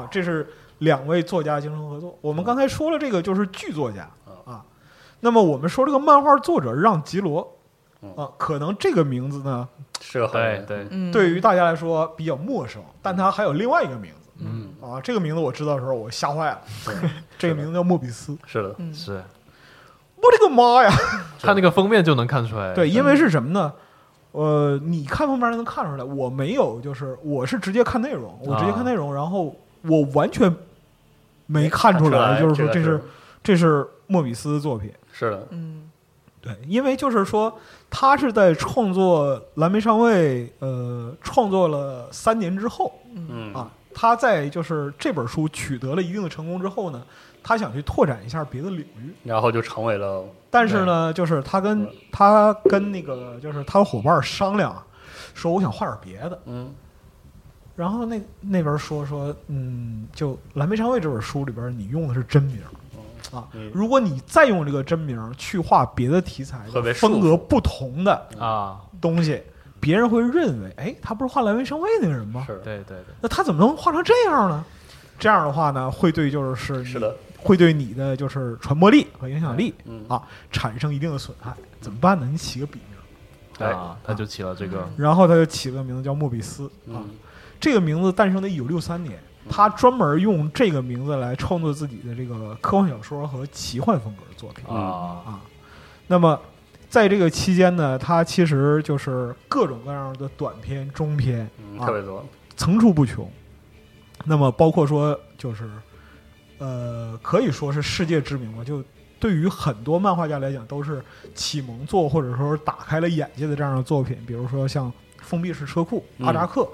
E: 啊。这是两位作家精诚合作。我们刚才说了，这个就是剧作家啊。那么我们说这个漫画作者让吉罗
B: 嗯
E: 啊，可能这个名字呢
B: 哦是个好
C: 对
B: 人，
C: 对，
D: 嗯，
E: 对于大家来说比较陌生，但它还有另外一个名字
B: 嗯，
E: 啊。这个名字我知道的时候，我吓坏了。 *laughs* 这个名字叫莫比斯，
B: 是的，
D: 嗯
C: 是
E: 我的个妈呀！
C: 看那个封面就能看出来，
E: 对，因为是什么呢？呃，你看封面能看出来，我没有，就是我是直接看内容，我直接看内容，然后我完全啊没看出
B: 看出
E: 来，
B: 来
E: 就是说这
B: 这个
E: 是
B: 是
E: 这是莫比斯的作品。
B: 是的，
D: 嗯
E: 对，因为就是说，他是在创作《蓝莓上尉》呃创作了三年之后，
B: 嗯
E: 啊，他在就是这本书取得了一定的成功之后呢，他想去拓展一下别的领域。
B: 然后就成为了，
E: 但是呢，就是他跟他跟那个就是他的伙伴商量，说我想画点别的。
B: 嗯
E: 然后那那边说说，嗯，就《蓝莓上尉》这本书里边，你用的是真名啊
B: 嗯。
E: 如果你再用这个真名去画别的题材
B: 特别、束缚
E: 风格不同的
C: 啊，
E: 东西，别人会认为，哎，他不是画《蓝莓上尉》那个人吗？
B: 是的，
C: 对对对，
E: 那他怎么能画成这样呢？这样的话呢，会对就是
B: 是的，
E: 会对你的就是传播力和影响力
B: 嗯
E: 啊产生一定的损害。怎么办呢？你起个笔名，
B: 对
C: 啊，他就起了这个，
D: 嗯
E: 然后他就起了个名字叫莫比斯啊。
B: 嗯
E: 这个名字诞生的一九六三年，他专门用这个名字来创作自己的这个科幻小说和奇幻风格的作品
B: 嗯
C: 啊，
E: 啊。那么在这个期间呢，他其实就是各种各样的短篇、中篇
B: 嗯，
E: 啊
B: 特别多，
E: 层出不穷。那么包括说就是，呃，可以说是世界知名吧，就对于很多漫画家来讲都是启蒙作或者说是打开了眼界的这样的作品，比如说像《封闭式车库》
B: 嗯
E: 阿扎克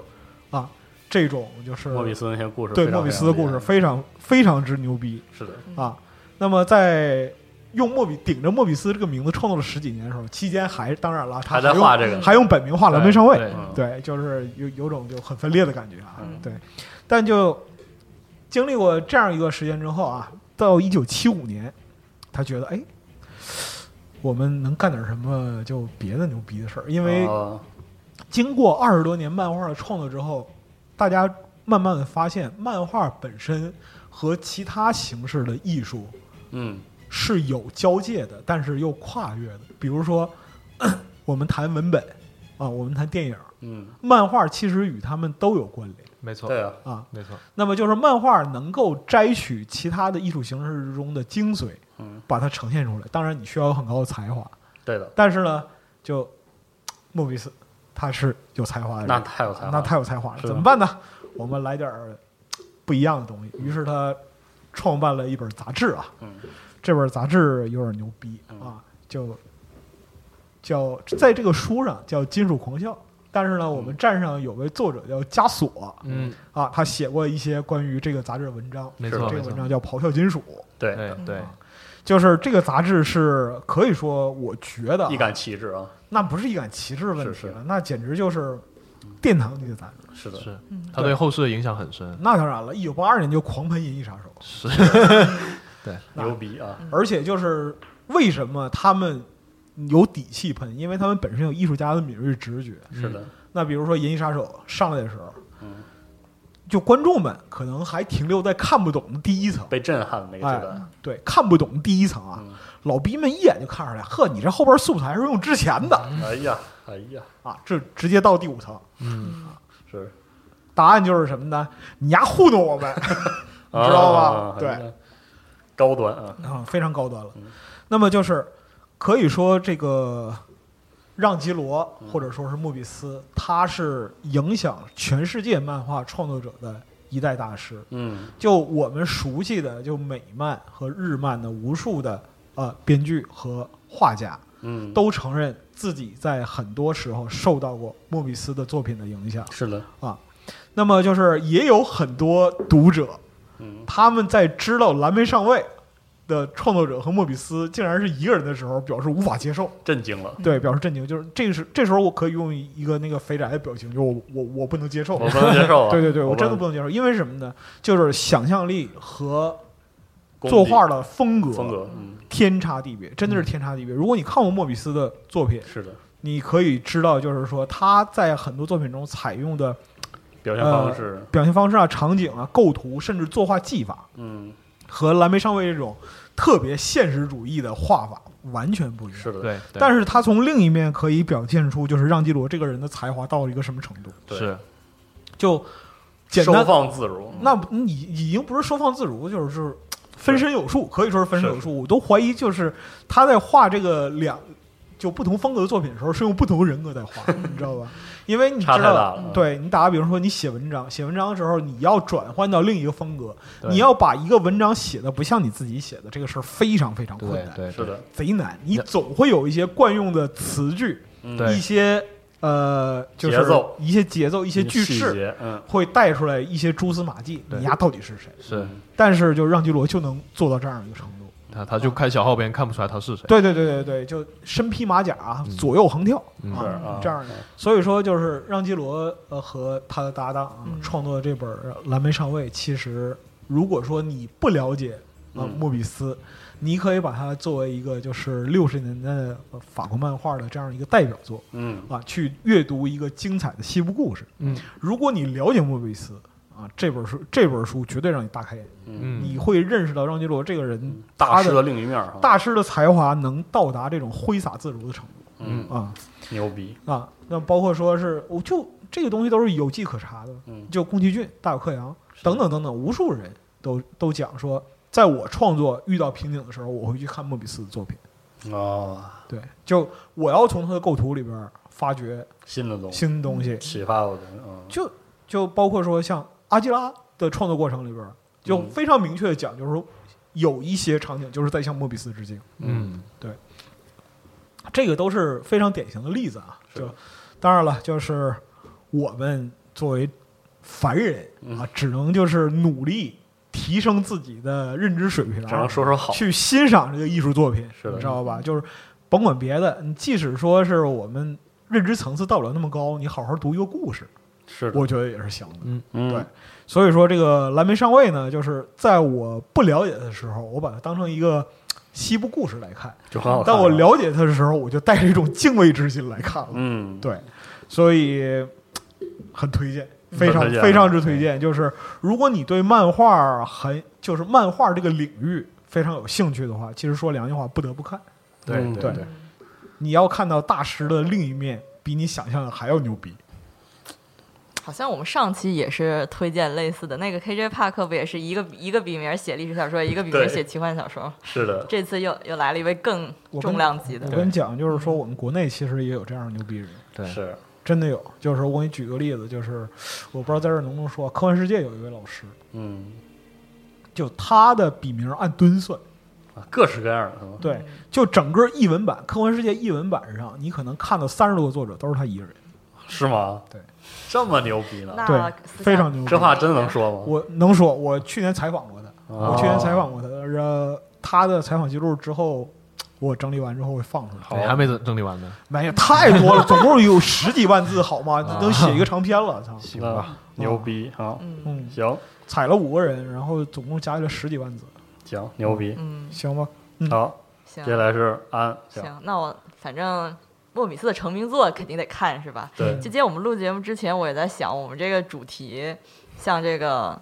E: 啊这种就是
B: 莫比斯那些故事非
E: 对
B: 常，
E: 莫比斯的故事非常非常之牛逼
B: 是的，
E: 啊。那么在用莫比顶着莫比斯这个名字创作了十几年的时候，期间还当然了，他
B: 还在
E: 用
B: 画这个呢
E: 还用本名画蓝莓上尉，
C: 对
B: 嗯
E: 对，就是有有种就很分裂的感觉啊。
B: 嗯
E: 对，但就经历过这样一个时间之后啊，到一九七五年，他觉得哎，我们能干点什么就别的牛逼的事儿，因为
B: 哦
E: 经过二十多年漫画的创作之后，大家慢慢的发现，漫画本身和其他形式的艺术
B: 嗯
E: 是有交界的，但是又跨越的。比如说， *coughs* 我们谈文本啊，我们谈电影，
B: 嗯，
E: 漫画其实与他们都有关联
C: 没错，
B: 对啊，
E: 啊。
C: 没错，
E: 那么就是漫画能够摘取其他的艺术形式中的精髓，
B: 嗯，
E: 把它呈现出来。当然，你需要有很高的才华，
B: 对的，
E: 但是呢，就莫比斯他是有才华的人，
B: 那太有才华了，
E: 嗯那太有才华了，
B: 是的
E: 怎么办呢？我们来点儿不一样的东西。于是他创办了一本杂志啊，
B: 嗯
E: 这本杂志有点牛逼啊，就叫在这个书上叫《金属狂笑》，但是呢，我
B: 嗯
E: 们站上有位作者叫加索
C: 嗯，
E: 啊，他写过一些关于这个杂志的文章，
C: 没
B: 是的
C: 错，
E: 这
C: 没
E: 个文
C: 错，
E: 章叫《咆哮金属》。
B: 对，
C: 对对，
E: 就是这个杂志是可以说，我觉得啊
B: 一杆旗帜啊，
E: 那不是一杆旗帜问题
B: 是
E: 了，
B: 是
E: 那简直就是殿堂级的杂志。
B: 是的，
C: 是
D: 嗯，
C: 他对后世的影响很深，
E: 那当然了，一九八二年就狂喷《银翼杀手》，
C: 是，
B: 牛逼啊，
E: 而且就是为什么他们有底气喷，因为他们本身有艺术家的敏锐直觉。
B: 是的，
E: 那比如说《银翼杀手》上来的时候，
B: 嗯，
E: 就观众们可能还停留在看不懂的第一层，
B: 被震撼的那个
E: 哎
B: 阶段，，
E: 对，看不懂的第一层啊，
B: 嗯
E: 老逼们一眼就看出来，呵，你这后边素材是用之前的
B: 哎呀，哎呀，
E: 啊，这直接到第五层，
C: 嗯，
B: 是，
E: 答案就是什么呢？你丫糊
B: *laughs*
E: 弄我们，你知道吧
B: 啊
E: 对，
B: 哎呀高端啊，
E: 啊，非常高端了
B: 嗯。
E: 那么就是可以说这个让吉罗或者说是莫比斯，他是影响全世界漫画创作者的一代大师。
B: 嗯
E: 就我们熟悉的就美漫和日漫的无数的呃编剧和画家，
B: 嗯，
E: 都承认自己在很多时候受到过莫比斯的作品的影响。
B: 是的，
E: 那么就是也有很多读者
B: 嗯，
E: 他们在知道蓝莓上尉的创作者和莫比斯竟然是一个人的时候，表示无法接受，
B: 震惊了，
E: 对，表示震惊。就是这个是这时候我可以用一个那个肥宅的表情，就是我我我不能接受
B: 我，不能接受啊，
E: *laughs* 对对对，
B: 我
E: 我真的
B: 不
E: 不能接受，因为什么呢？就是想象力和
B: 能
E: 作画
B: 功
E: 的风格
B: 底风格，嗯，
E: 天差地别，真的是天差地别。如果你看过莫比斯的作品，
B: 是的，
E: 你可以知道，就是说他在很多作品中采用的
B: 表现
E: 呃
B: 方式，
E: 表现方式啊、场景啊、构图，甚至作画技法，
B: 嗯，
E: 和蓝莓上尉这种特别现实主义的画法完全不一样。
B: 是的，
C: 嗯对，
E: 但
C: 是
E: 是他从另一面可以表现出，就是让基罗这个人的才华到了一个什么程度，
B: 对
C: 是，
E: 就简
B: 收
E: 单，
B: 放自如，
E: 那不你已经不是收放自如，就是是分身有术，可以说是分身有术。我都怀疑，就是他在画这个两就不同风格的作品的时候，是用不同人格在画，你知道吧？因为你知
B: 差太
E: 道，
B: 大了，
E: 对你打个比方说，你写文章，写文章的时候你要转换到另一个风格，
C: 对
E: 你要把一个文章写的不像你自己写的，这个事儿非常非常困
C: 对
E: 难，
C: 对，
B: 是的，
E: 贼难。你总会有一些惯用的词句，
B: 嗯
C: 对
E: 一些呃，就是
B: 节奏
E: 一些节奏，一些句
B: 细
E: 式，
B: 节，嗯，
E: 会带出来一些蛛丝马迹，
C: 对
E: 你丫到底是谁？
C: 是
B: 嗯
E: 但是就让基罗就能做到这样一个程度。
C: 他他就开小号，别人看不出来他是谁，
E: 对对对对对，就身披马甲啊，左右横跳
C: 嗯
B: 是
E: 啊，
B: 啊，
E: 这样的。所以说，就是让基罗呃和他的搭档啊、
D: 嗯
E: 创作这本《蓝莓上尉》，其实如果说你不了解啊、呃
B: 嗯
E: 莫比斯，你可以把它作为一个就是六十年代的呃法国漫画的这样一个代表作
B: 嗯，
E: 啊，去阅读一个精彩的西部故事。
C: 嗯
E: 如果你了解莫比斯啊，这本书这本书绝对让你大开眼界，
B: 嗯
C: 嗯
E: 你会认识到让基罗这个人
B: 大
E: 他
B: 师
E: 的
B: 的另一面儿哈，
E: 大师的才华能到达这种挥洒自如的程度
B: 嗯，
E: 啊。
B: 牛逼，
E: 啊，那包括说是，我就这个东西都是有迹可查的，
B: 嗯
E: 就宫崎骏、大有克洋
B: 是
E: 等等等等，无数人都都讲说，在我创作遇到瓶颈的时候，我会去看莫比斯的作品，
B: 啊，
E: 对，就我要从他的构图里边发掘
B: 新的东西，
E: 新的东西，
B: 启发我的，嗯，
E: 就就包括说像阿基拉的创作过程里边，就
B: 嗯
E: 非常明确的讲，就是说有一些场景就是在向莫比斯致敬。
C: 嗯
E: 这个都是非常典型的例子啊。
B: 是
E: 就当然了，就是我们作为凡人
B: 嗯
E: 啊，只能就是努力提升自己的认知水平
B: 只
E: 啊
B: 能，说说好，
E: 去欣赏这个艺术作品，
B: 是的
E: 你知道吧？就是甭管别的，你即使说是我们认知层次到不了那么高，你好好读一个故事，
B: 是的，
E: 我觉得也是行的。
B: 嗯，
E: 对所以说，这个蓝莓上尉呢，就是在我不了解的时候，我把它当成一个西部故事来看。
B: 就很好看
E: 当
B: 啊
E: 我，了解他的时候，我就带着一种敬畏之心来看了。
B: 嗯，
E: 对，所以很推荐，非常
B: 推荐啊
E: 非常之推荐。就是如果你对漫画很就是漫画这个领域非常有兴趣的话，其实说良心话，不得不看。
F: 对
B: 嗯
F: 对
E: 对你要看到大师的另一面，比你想象的还要牛逼。
D: 好像我们上期也是推荐类似的，那个 KJ 帕克不也是一个一个笔名写历史小说，一个笔名
B: 对
D: 写奇幻小说？
B: 是的，
D: 这次又又来了一位更
E: 我跟
D: 重量级的
E: 我，跟你讲，就是说我们国内其实也有这样的牛逼人，
F: 对
B: 是
E: 真的有。就是我给你举个例子，就是我不知道在这儿能不能说，科幻世界有一位老师，
B: 嗯，
E: 就他的笔名按吨算，
B: 啊各式各样的，嗯
E: 对，就整个译文版《科幻世界》译文版上，你可能看到三十多个作者都是他一个人，
B: 是吗？
E: 对，
B: 这么牛逼呢？
D: 那
E: 对，
D: 私下
E: 非常牛逼。
B: 这话真能说吗？
E: 我能说，我去年采访过他，
B: 哦
E: 我去年采访过他，呃，他的采访记录之后，我整理完之后会放出来。
B: 好
C: 你哎还没整整理完呢。
E: 没有太多了，总共有十几万字，好吗？
B: 啊
E: 能写一个长篇了，操！
F: 行吧，
B: 那牛逼啊！
D: 嗯
E: 嗯，
B: 行
E: 采了五个人，然后总共加起来十几万字，
B: 行，牛逼！
D: 嗯，
E: 行吧？
B: 好，
D: 行
B: 接下来是安，
D: 行，那我反正莫米斯的成名作肯定得看是吧？
B: 对
D: 就今天我们录节目之前，我也在想，我们这个主题，像这个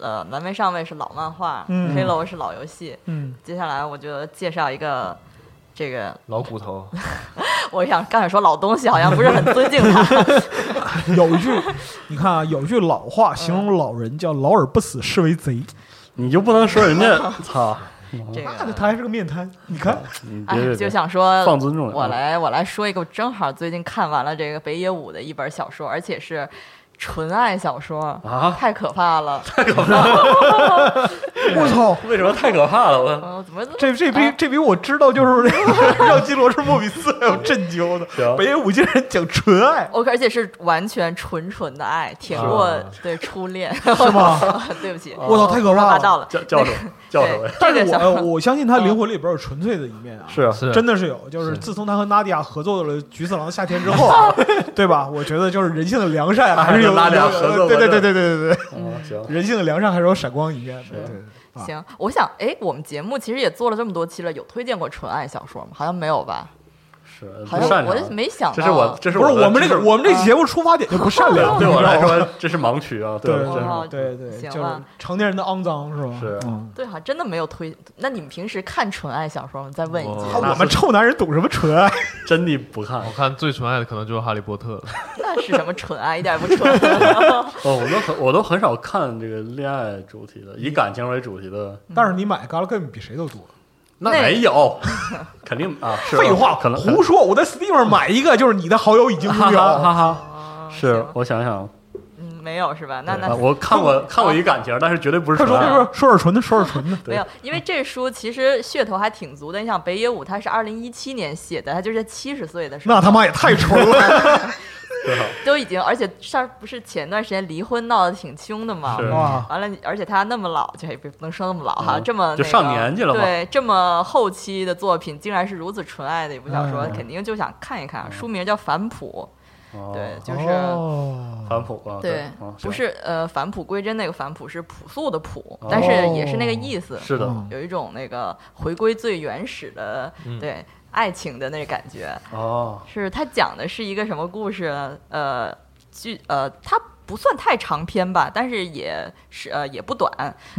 D: 呃，蓝莓上尉是老漫画，
E: 嗯
D: 黑楼是老游戏。
E: 嗯，
D: 接下来我就介绍一个这个，
C: 老骨头，
D: 我想刚才说老东西，好像不是很尊敬他。
E: 有一句，你看啊，有一句老话形容老人叫“老而不死是为贼
B: 你就不能说人
E: *laughs*
B: 家操？
D: 这”，
E: 那
D: 个，
E: 他还是个面瘫。你看，
B: 你别
D: 哎，
B: 别
D: 就
B: 别
D: 想说
B: 放尊重嗯点
D: 我来，我来说一个，我正好最近看完了这个北野武的一本小说，而且是纯爱小说，
B: 啊！
D: 太可怕
B: *laughs*
D: 了！
E: 我操！
B: 为什么太可怕了？我
D: 我怎么哎
E: 这这比
B: 哎
E: 这比我知道就是 *laughs* 这个让基罗是莫比斯还要震惊的。
B: 行
E: 北野武竟然讲纯爱，
D: 我而且是完全纯纯的爱，铁过对初恋
E: 是吗？
D: *laughs* 对不起，
E: 我操太可怕了
D: 了，到了。
B: 教
D: *laughs*
B: 教授教授
D: 对，
E: 但
D: 这
E: 是
D: 个
E: 我
D: 小嗯
E: 呃我相信他灵魂里边有纯粹的一面啊，
B: 是啊
C: 是
E: *laughs* 真的是有。就是自从他和娜迪亚合作了《菊次郎的夏天》之
D: *laughs*
E: 后啊，对吧？我觉得就是人性的良善还是有
B: 啊跟娜迪亚合作
E: 对对
B: 过
E: 对对对对
B: 嗯行
E: 对，人性的良善还是有闪光一面的。对对
D: *laughs*
E: 啊
D: 行，我想，哎，我们节目其实也做了这么多期了，有推荐过纯爱小说吗？好像没有吧？
B: 是
D: 好
B: 不
D: 像
B: 善
D: 我
B: 良
D: 就，没想到。
B: 这是我这是
E: 不是
B: 的
E: 我们
B: 这
E: 这个
B: 是
E: 我们这节目出发点就不善良，
B: *laughs* 对我
E: 你知道
B: 来
E: 吗
B: 说这是盲区啊，
E: 对
B: 我真是
D: 哦
E: 对对对，
D: 行
E: 就是
D: 吧
E: 成年人的肮脏是吧？
B: 是
E: 嗯。
D: 对，好像真的没有推。那你们平时看纯爱小说吗？再问一句，
E: 啊我们臭男人懂什么纯爱？
D: 嗯
B: 真的不看
C: 我看最纯爱的可能就是哈利波特了。
D: 那是什么纯爱？一 *laughs* 点也不纯。
B: 哦，我都很我都很少看这个恋爱主题的，以感情为主题的，
E: 但是你买 g a l g a m 比谁都多。
B: 那
D: 那
B: 没
D: *laughs*
B: 有，肯定啊，是
E: 废话，
B: 可能
E: 胡说！我在 Steam 上买一个，就是你的好友已经
B: *laughs* 哈
E: 拥有。
B: 哈哈
D: 哦
B: 哈，是
D: 行
B: 我想想，
D: 嗯，没有是吧？那
B: 啊
D: 那哦
B: 我看过看过一感情，但是绝对不是
E: 快
B: 纯
E: 说快
B: 爱
E: 说，说点纯的，说点纯的。
D: 没有，因为这书其实噱头还挺足的。你想，北野武他是二零一七年写的，他就是七十岁的时候，
E: 那他妈也太纯了！
B: 对好
D: *laughs* 都已经，而且上不是前段时间离婚闹得挺凶的嘛。
B: 是
E: 哇，
D: 完了，而且他那么老，就也不不能说那么老哈，
B: 嗯
D: 这么、那个、
B: 就上年纪了嘛
D: 对，这么后期的作品竟然是如此纯爱的一部小说，
E: 嗯
D: 肯定就想看一看啊。书名叫《返璞》，
B: 嗯哦
D: 对，就是、啊
E: 哦
B: 反哺啊，
D: 对
B: 啊，
D: 不是呃返璞归真那个返璞是朴素的朴，
B: 哦
D: 但是也是那个意思，
B: 是的，
E: 嗯
D: 有一种那个回归最原始的、
B: 嗯
D: 对爱情的那个感觉。
B: 哦，
D: 是他讲的是一个什么故事呢？呃，剧呃，它不算太长篇吧，但是也是呃也不短，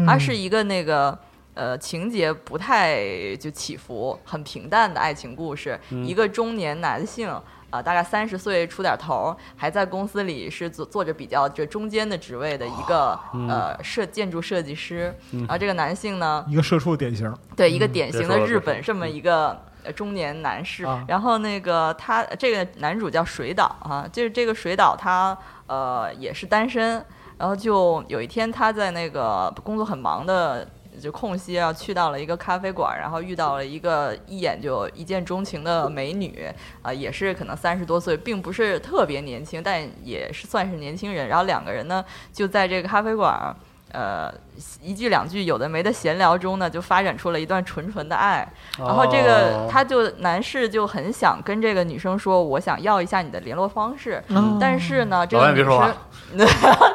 D: 它是一个那个。呃，情节不太就起伏，很平淡的爱情故事。一个中年男性啊、大概三十岁出点头儿，还在公司里是做做着比较这中间的职位的一个、呃设建筑设计师。然后这个男性呢，
E: 一个社畜典型。
D: 对，一个典
B: 嗯别
D: 型
B: 说
D: 的
B: 了嗯
D: 日
B: 别
D: 本这么一个呃中年男士
E: 啊。
D: 然后那个他这个男主叫水岛啊，就是这个水岛他呃也是单身，然后就有一天他在那个工作很忙的。就空隙啊，去到了一个咖啡馆，然后遇到了一个一眼就一见钟情的美女，啊、也是可能三十多岁，并不是特别年轻，但也是算是年轻人。然后两个人呢，就在这个咖啡馆儿，呃，一句两句有的没的闲聊中呢，就发展出了一段纯纯的爱。然后这个
B: 哦
D: 他就男士就很想跟这个女生说，我想要一下你的联络方式。
E: 嗯
D: 但是呢，这
B: 老
D: 个
B: 外
D: 女
B: 别说
D: 生 *laughs*
B: 话，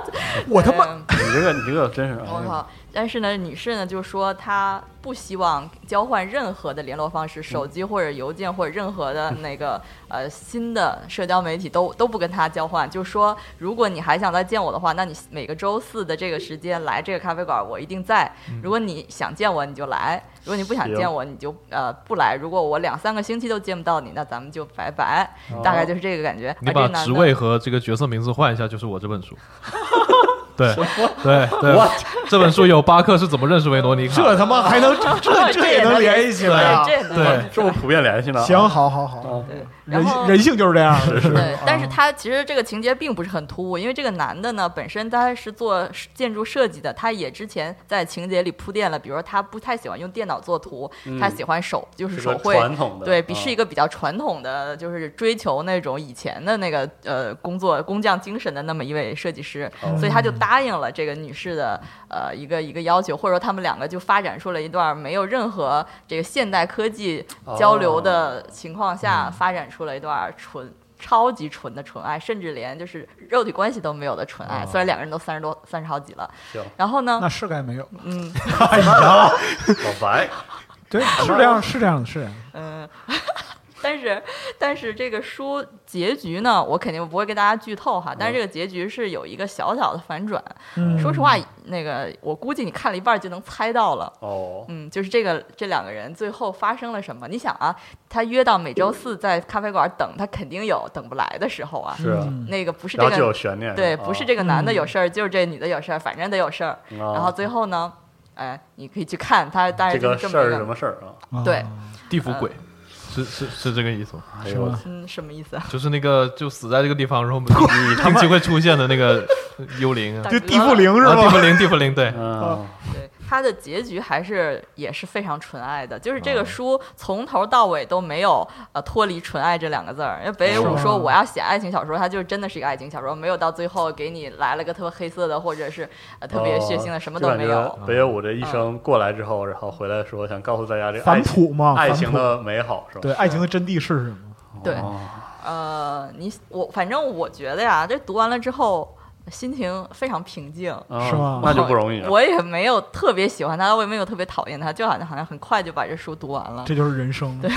E: 我他妈
D: 嗯
B: 你这个你这个真是，哎
C: 啊
D: 我
B: 呀
D: 靠！哦但是呢，女士呢就说她不希望交换任何的联络方式，
C: 嗯
D: 手机或者邮件或者任
C: *laughs*
D: 何的那个呃新的社交媒体都都不跟她交换。就说如果你还想再见我的话，那你每个周四的这个时间来这个咖啡馆，我一定在。
C: 嗯
D: 如果你想见我，你就来；如果你不想见我，你就呃不来。如果我两三个星期都见不到你，那咱们就拜拜。大概就是这个感觉。
C: 哦你
D: 而这
C: 把
D: 男
C: 职
D: 的
C: 位和这个角色名字换一下，就是我这
D: *laughs*
C: 本书。对对对
B: What？，
C: 这本书有巴克是怎么认识维罗妮卡
E: 这
C: 的？
E: 他妈还能这这
D: 这
E: 这
D: 也
E: 也
D: 能
E: 能
D: 联
E: 联系起来啊？
D: 对，这能
C: 对
B: *laughs* 这么普遍联系呢？
E: 行，好好好，
B: 啊，
D: 对然
E: 人
D: 后
E: 人性就是这样的。
D: 对，但是
E: 啊
D: 他其实这个情节并不是很突兀，因为这个男的呢，本身他是做建筑设计的，他也之前在情节里铺垫了，比如说他不太喜欢用电脑做图，他喜欢手就
B: 嗯
D: 是
B: 是
D: 手
B: 个
D: 绘，
B: 传统的，嗯啊
D: 对，比是一
B: 个
D: 个比较传统的，就是追求那种以前的那个呃工作工匠精神的那么一位设计师，
B: 哦
D: 所以他就答应了这个女士的呃一个一个要求，或者说他们两个就发展出了一段没有任何这个现代科技
B: 哦
D: 交流的情况下，
B: 嗯
D: 发展出了一段纯。超级纯的纯爱，甚至连就是肉体关系都没有的纯爱。虽然两个人都三十多、三十好几了
B: 哦行，
D: 然后呢
E: 那，是该没有，
D: 嗯，
B: 老白，
E: 对，是这样，是这样的，是这样的。
D: 嗯， *laughs* 但是但是这个书结局呢，我肯定不会给大家剧透哈。但是这个结局是有一个小小的反转。
E: 嗯
D: 说实话，那个我估计你看了一半就能猜到了。
B: 哦，
D: 嗯，就是这个这两个人最后发生了什么？你想啊，他约到每周四在咖啡馆等，他肯定有等不来的时候啊。
B: 是啊，
E: 嗯
D: 那个不是这
B: 然后就有
D: 个
B: 悬念，
D: 对，
B: 是吧
D: 不是，这个男的有事儿，就是这女的有事儿，反正得有事儿。
B: 嗯啊
D: 然后最后呢，哎，你可以去看他，大概
B: 这
D: 就是
B: 个
D: 这
B: 事
D: 么
B: 儿
D: 一
B: 是
D: 个
B: 什么事儿啊？
D: 对，
C: 地府鬼，是是是这个意思吗？
B: 哎
E: 是
B: 呦，
E: 吗？
D: 嗯什么意思啊？
C: 就是那个就死在这个地方，然后
D: *laughs*
C: 你定期会出现的那个幽灵啊，
E: 就地缚灵是
C: 啊地
E: 吗？
C: 缚灵，地缚灵，对，
D: 啊
B: 嗯，
D: 对，它的结局还是也是非常纯爱的，就是
B: 嗯
D: 这个书从头到尾都没有呃脱离纯爱这两个字儿。因为北野武
E: 是
D: 说
E: 吗
D: 我要写爱情小说，它就真的是一个爱情小说，没有到最后给你来了个特别黑色的或者是呃特别血腥的，
B: 哦
D: 什么
B: 就
D: 都
B: 感
D: 没
B: 觉
D: 有。啊
B: 北野武这一生过来之后，然后回来说想告诉大家这个爱
E: 反
B: 情
E: 哺嘛，
B: 爱
E: 反
B: 情
E: 哺
B: 的美好是吧？
E: 对爱情的真谛是什么？
D: 对，
B: 哦
D: 呃，你我反正我觉得呀，这读完了之后心情非常平静。
E: 是吗
B: 那就不容易啊。
D: 我也没有特别喜欢他，我也没有特别讨厌他，就好像好像很快就把这书读完了。
E: 这就是人生。对，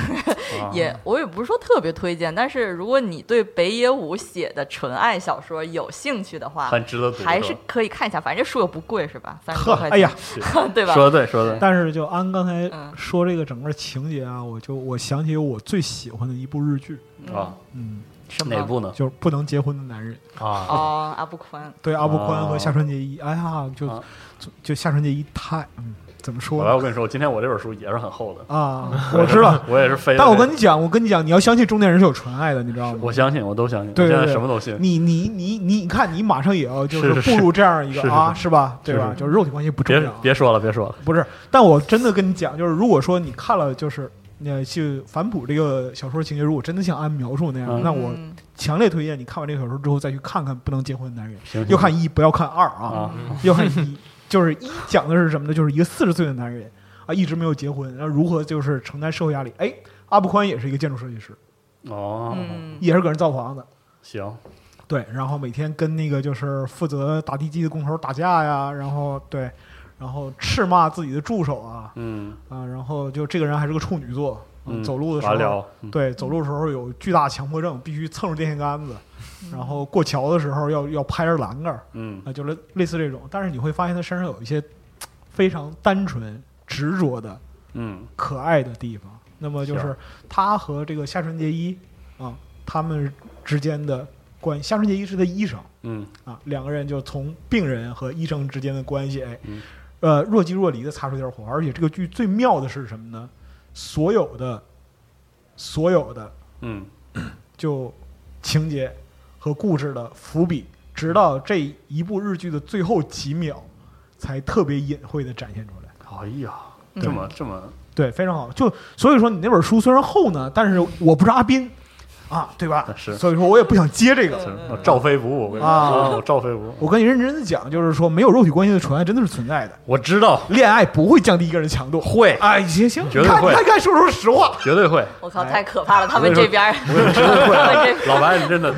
B: 啊
D: 也我也不是说特别推荐，但是如果你对北野武写的纯爱小说有兴趣的话，
B: 很值得读，
D: 还
B: 是
D: 是
B: 吧
D: 可以看一下。反正这书又不贵，是吧？三十多
E: 呵
D: 块，钱，
E: 哎呀，
D: *laughs* 对吧？
B: 说的对，说的对。
E: 但是就安刚才
D: 嗯
E: 说这个整个情节啊，我就我想起我最喜欢的一部日剧，
D: 嗯
B: 啊，
E: 嗯，
D: 什么
B: 哪部呢？
E: 就是《不能结婚的男人》，
C: 啊，
D: 哦，阿布宽，
E: 对阿部宽
B: 哦
E: 和夏川结衣，哎呀，就
B: 啊
E: 就就夏川结衣太，嗯，怎么
B: 我来，
E: 说
B: 我跟你说，我今天我这本书也是很厚的，
E: 啊？我知道，
B: 我也是飞的这。
E: 但我跟你讲，我跟你讲，你要相信中年人是有纯爱的，你知道吗？
B: 我相信，我都相信，
E: 对
B: 我
E: 对
B: 现在
E: 对
B: 什么都信。
E: 你你你你看，你马上也要就是
B: 是是
E: 步入这样一
B: 是
E: 个
B: 是
E: 啊，是吧？对吧
B: 是？是
E: 就是肉体关系不重
B: 别
E: 要啊，
B: 别说了，别说了。
E: 不是，但我真的跟你讲，就是如果说你看了就是那就反哺这个小说情节，如果真的像安描述那样，
B: 嗯
E: 那我
D: 嗯
E: 强烈推荐你看完这个小说之后再去看看《不能结婚的男人》，
B: 行，
E: 要看一不要看二啊，
B: 嗯啊，
E: 要看一，就是一讲的是什么呢？就是一个四十岁的男人啊，一直没有结婚，然后如何就是承担社会压力。哎，阿布宽也是一个建筑设计师，
B: 哦，
D: 嗯，
E: 也是搁人造房子。
B: 行，
E: 对，然后每天跟那个就是负责打地基的工头打架呀，然后对，然后斥骂自己的助手啊，
B: 嗯，
E: 啊，然后就这个人还是个处女座，嗯
B: 嗯
E: 走路的时
B: 完
E: 候，
B: 了，嗯
E: 对，走路的时候有巨大强迫症，必须蹭着电线杆子，然后过桥的时候要要拍着栏杆儿
B: 嗯，
E: 啊，就类类似这种。但是你会发现他身上有一些嘖非常单纯、执着的、
B: 嗯，
E: 可爱的地方。那么就是是他和这个夏川结衣啊，他们之间的关系，夏川结衣是他医生。
B: 嗯，
E: 啊，两个人就从病人和医生之间的关系，哎，
B: 嗯
E: 呃，若即若离的擦出一点火花。而且这个剧最妙的是什么呢？所有的，所有的
B: 嗯，
E: 就情节和故事的伏笔，直到这一部日剧的最后几秒，才特别隐晦的展现出来。
B: 哎呀，
D: 嗯
B: 这么这么，
E: 对，非常好。就所以说，你那本书虽然厚呢，但是我不是阿斌啊，对吧？
B: 是
E: 所以说我也不想接这个。
B: 我照飞不误，我跟你说
E: 啊
B: 啊，我照飞不误，
E: 我跟你认真的讲，就是说，没有肉体关系的纯爱真的是存在的。
B: 我知道，
E: 恋爱不会降低一个人强度。
B: 会
E: 哎，行行，
B: 绝
E: 你
B: 对
E: 看
B: 会
E: 你看，看，说说实话，
B: 绝对会。
D: 我靠，太可怕了， *laughs* 他们
B: 我跟
D: 这
B: 你说
D: 边儿，
B: 我跟你说绝对会
D: 我这
B: 老白，你真的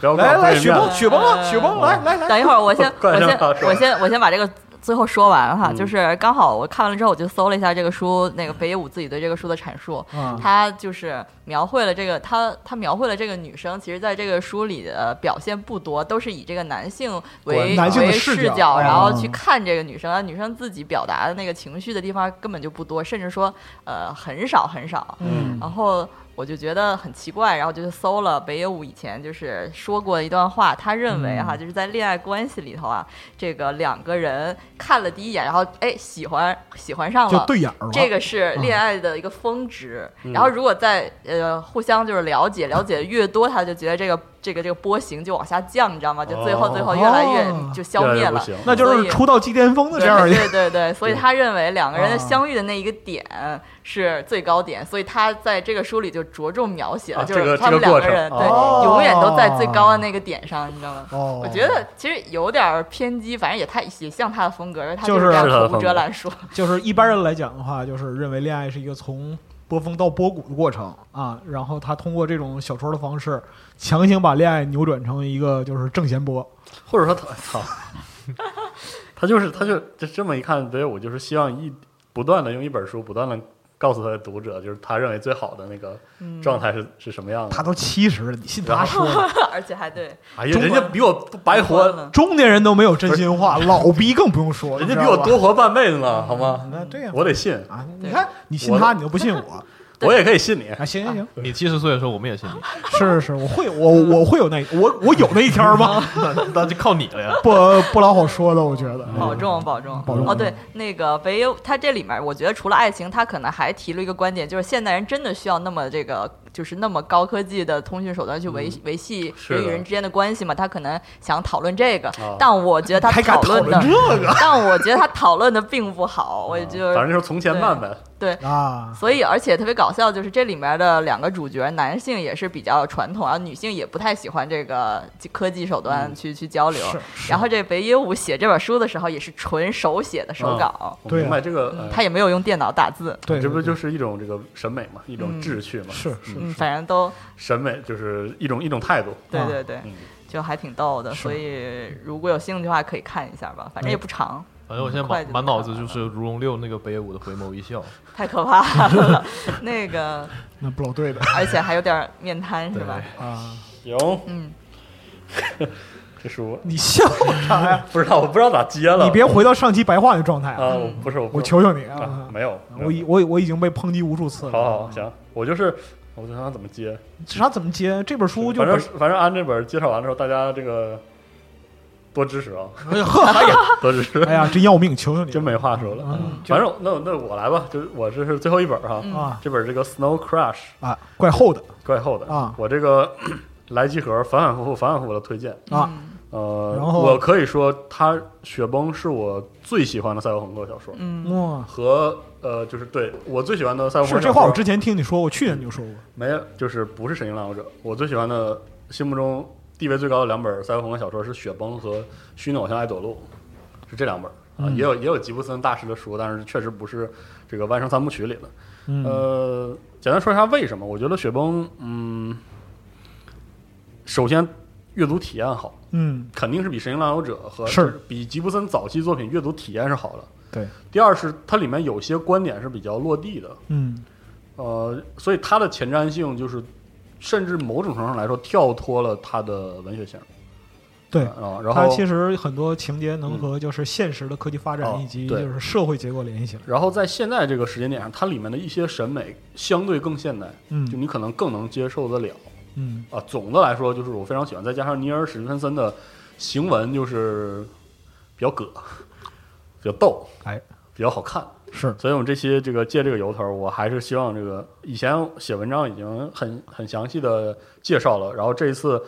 B: 对不要
E: 来
B: 光
E: 啊来，
B: 背
E: 雪
B: 面
E: 崩，
B: 子
E: 雪崩啊，雪崩，来来
D: *laughs*
E: 来，*laughs*
D: 等一会儿，我先，
B: 怪
D: 我
B: 声
D: 先
B: 大，声
D: 我先，我先把这个最后说完
E: 嗯
D: 哈，就是刚好我看完了之后，我就搜了一下这个书，那个北野武自己对这个书的阐述，
E: 啊
D: 他就是描绘了这个，他他描绘了这个女生，其实在这个书里的表现不多，都是以这个男性为
E: 男性的
D: 为
E: 视角
D: 视角，然后
E: 嗯
D: 去看这个女生，而女生自己表达的那个情绪的地方根本就不多，甚至说呃很少很少。
E: 嗯
D: 然后我就觉得很奇怪，然后就去搜了北野武以前就是说过一段话，他认为
E: 嗯
D: 哈、就是在恋爱关系里头啊，这个两个人看了第一眼，然后哎喜欢喜欢上了，
E: 就对眼儿了。
D: 哦
E: 嗯
D: 这个是恋爱的一个峰值，然后如果在呃互相就是了解了解越多，他就觉得这个这个这个波形就往下降，你知道吗？就最后
B: 哦
D: 最后越来越
E: 哦
D: 就消灭
B: 越来越
D: 了
B: 不行，
E: 那就
D: 所以
E: 是出到即
B: *laughs*
E: 巅峰的这样
D: 对
E: 一个
D: 对对对，所以他认为两个人的
E: 啊
D: 相遇的那一个点是最高点，所以他在这个书里就着重描写了，
B: 啊
D: 就
B: 这个
D: 是他
B: 这
D: 们
B: 个
D: 两
B: 过
D: 个人
B: 程
D: 对
E: 哦
D: 永远都在最高的那个点上，你知道吗？
E: 哦，
D: 我觉得其实有点儿偏激，反正也太也像他的风格，他
E: 就是
D: 这样
B: 是他的
D: 口无
B: 风
D: 遮
B: 格
D: 拦说， *laughs*
E: 就是一般人来讲的话，就是认为恋爱是一个从波峰到波谷的过程啊，然后他通过这种小说的方式，强行把恋爱扭转成一个就是正弦波。
B: 或者说他操， *laughs* 他就是他就这这么一看，北野武就是希望一不断的用一本书不断的告诉他的读者，就是他认为最好的那个
D: 嗯，
B: 状态是、是什么样
E: 他
B: 的。
E: 都七十了，你信他说的？
D: 而且还对。
B: 哎呀，
E: 中
B: 人
E: 国
B: 家比我多白活，
D: 了。
E: *laughs* 中年人都没有真心话，老逼更不用说，
B: 人家比我
E: 你知道吧。
B: 多活半辈子呢，好吗？
E: 那这样
B: 我得信，
E: 啊，你
D: 对
E: 看你信他，你都不信 *laughs* 我
B: 我也可以信你。
E: 啊？行行行，
C: 你七十岁的时候，我们也信
D: *laughs*
C: 你，
E: *laughs* 是是是，我会我我会有那我我有那一天
D: *laughs*
E: 儿吗？
C: 那那就靠你了呀。
E: 不不老好说了，我觉得。
D: 保重，保重，
E: 嗯保重
D: 哦，对，那个北野，他这里面我觉得除了爱情，他可能还提了一个观点，就是现代人真的需要那么这个，就是那么高科技的通讯手段去维、
E: 嗯
D: 维系
B: 是的
D: 人与人之间的关系嘛。他可能想讨论这个，
B: 啊
D: 但我觉得他
E: 还敢
D: 讨
E: 讨
D: 论的，
E: 论这
D: *laughs*
E: 个哦
D: 但我觉得他讨论的并不好，我就、
B: 反正就是从前慢呗，
D: 对。
E: 啊？
D: 所以，而且特别搞笑，就是这里面的两个主角，男性也是比较传统，然后女性也不太喜欢这个科技手
B: 嗯
D: 段去、去交流。
E: 是
D: 然后这北野武写这本书的时候也是纯手写的
B: 嗯
D: 手稿，
B: 我
E: 对啊
B: 明白这个，呃
D: 他也没有用电脑打字，
E: 对，
B: 这不
E: 对对
B: 就是一种这个审美嘛，一种
D: 嗯
B: 志趣嘛，
E: 是是
D: 嗯，反正都
B: 审美就是一种一种态度。
D: 对
E: 啊
D: 对对，
B: 嗯
D: 就还挺逗的。所以如果有兴趣的话，可以看一下吧，反正
B: 嗯
D: 也不长，
C: 反正我现在
D: 很快
C: 满
D: 就
C: 满
D: 能
C: 脑子
D: 看
C: 就
D: 完
C: 是《如龙六》那个北野武的回眸一笑，
D: 太可怕了。 *laughs* 那个，
E: 那不老对的
D: 而且还有点面瘫是吧？
E: 啊！
B: 行，
D: 嗯，
B: 这书
E: 你笑啥呀？
B: 不知道，我不知道咋接了。
E: *laughs* 你别回到上期白话的状态
B: 啊，
E: 啊！
B: 我不是，我不
E: 我
B: 是
E: 求求你啊
B: 啊！，没有，没有
E: 我已我已我已经被抨击无数次了。
B: 好好好，行，我就是我就想怎么接，
E: 这啥怎么接？这本书就
B: 反正
E: 本
B: 反正按这本介绍完之后，大家这个多支持啊，
E: 哎呀呵，哎呀，
B: 多支持
E: *laughs*
B: *laughs*
E: 哎，呀，真要命！求求你了，
B: 真没话说了。啊
E: 嗯
B: 反正那那我来吧，就是我这是最后一本哈，
E: 啊
B: 这本这个《Snow Crash
E: 啊，怪厚的》
B: 怪厚的
E: 啊
B: 我这个 *clears throat* 来集合反反复复反反复复的推荐。
E: 啊
D: 嗯
B: 呃，
E: 然后
B: 我可以说，它《雪崩》是我最喜欢的赛博朋克小说，
D: 嗯，
E: 哇！
B: 和呃，就是对我最喜欢的赛博朋
E: 是
B: 克
E: 这
B: 小
E: 话
B: 说
E: 我之前听你说过，去年你就说过
B: 没有，就是不是《神经浪游者》，我最喜欢的心目中地位最高的两本赛博朋克小说是《雪崩》和《虚拟偶像爱朵露》，是这两本。啊，
E: 嗯
B: 也有也有吉布森大师的书，但是确实不是这个《万圣三部曲》里的。
E: 嗯
B: 呃，简单说一下为什么？我觉得《雪崩》，嗯，首先阅读体验好，
E: 嗯，
B: 肯定是比《神经浪游者》和
E: 是
B: 就是比吉布森早期作品阅读体验是好的。
E: 对，
B: 第二是它里面有些观点是比较落地的，
E: 嗯
B: 呃，所以它的前瞻性就是，甚至某种程度上来说，跳脱了它的文学性。
E: 对。
B: 啊，然后
E: 它
B: 嗯
E: 其实很多情节能和就是现实的科技发展
B: 哦
E: 以及
B: 对
E: 就是社会结构联系起来。
B: 然后在现在这个时间点上，它里面的一些审美相对更现代，就
E: 嗯
B: 你可能更能接受得了
E: 嗯
B: 啊。总的来说，就是我非常喜欢，再加上尼尔史蒂芬森的行文就是比较葛，比较逗，
E: 哎，
B: 比较好看。
E: 是
B: 所以我们这期这个借这个由头儿，我还是希望这个以前写文章已经很很详细的介绍了，然后这一次，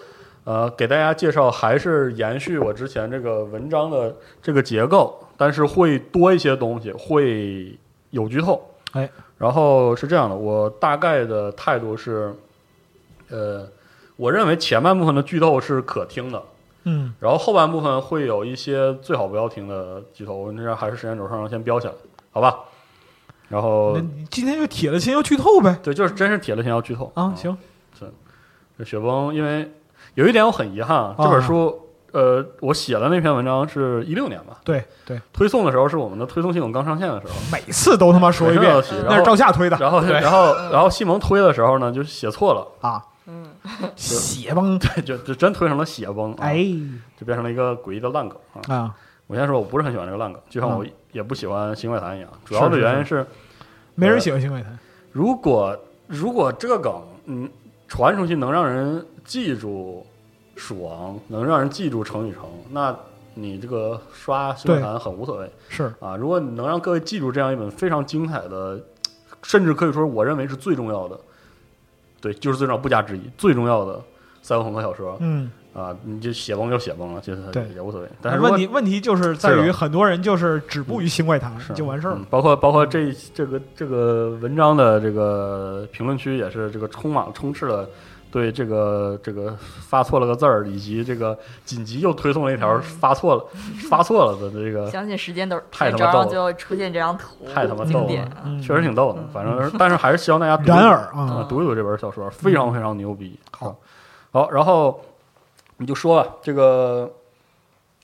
B: 呃，给大家介绍还是延续我之前这个文章的这个结构，但是会多一些东西，会有剧透。
E: 哎，
B: 然后是这样的，我大概的态度是，呃，我认为前半部分的剧透是可听的，
E: 嗯
B: 然后后半部分会有一些最好不要听的剧透，我们这样还是时间轴上先标起来，好吧？然后
E: 那你今天就铁了心要剧透呗
B: 对，就是真是铁了心要剧透
E: 啊！，行
B: 这雪崩，因为有一点我很遗憾，啊，
E: 啊
B: 这本书呃，我写的那篇文章是一六年吧，
E: 对对，
B: 推送的时候是我们的推送系统刚上线的时候，
E: 每次都他妈说一遍
B: 每次都提，然后
E: 那是赵啊夏推的
B: 然后然后然后西蒙推的时候呢，就写错了，
E: 啊，
D: 嗯，
E: 血崩，
B: 就 *laughs* 就真推成了血崩，啊、
E: 哎
B: 就变成了一个诡异的烂梗啊。
E: 啊，
B: 我先说，我不是很喜欢这个烂梗，就像我也不喜欢新怪谈一样，主要的
E: 嗯是
B: 原因是
E: 没人喜欢新怪谈，
B: 如果如果这个梗嗯传出去能让人记住蜀王，能让人记住程与成，那你这个刷新闻坛很无所谓
E: 是
B: 啊。如果你能让各位记住这样一本非常精彩的，甚至可以说我认为是最重要的，对，就是最重要不加之一最重要的赛博朋克小说
E: 嗯，
B: 啊，你就写崩就写崩了，就是
E: 对
B: 也无所谓。但是如果
E: 问题问题就是在
B: 是
E: 于
B: 的嗯
E: 很多人就是止步于新怪谈
B: 是
E: 就完事儿了
B: 嗯，包括包括这这个这个文章的这个评论区也是这个充满充斥了对这个这个发错了个字儿，以及这个紧急又推送了一条发错了发错了的这个，
D: 嗯相信时间都是
B: 太他妈
D: 这招
B: 逗
D: 上
B: 了
D: 就会出现这张图，
B: 太他妈
D: 经
B: 逗
D: 典
B: 了
D: 啊，
E: 嗯
B: 确实挺逗的。反正但是还是希望大家读
E: 然而
B: 啊
E: 啊，
B: 读一读这本小说，非常非常牛逼。啊
E: 好
B: 好，然后你就说吧，这个。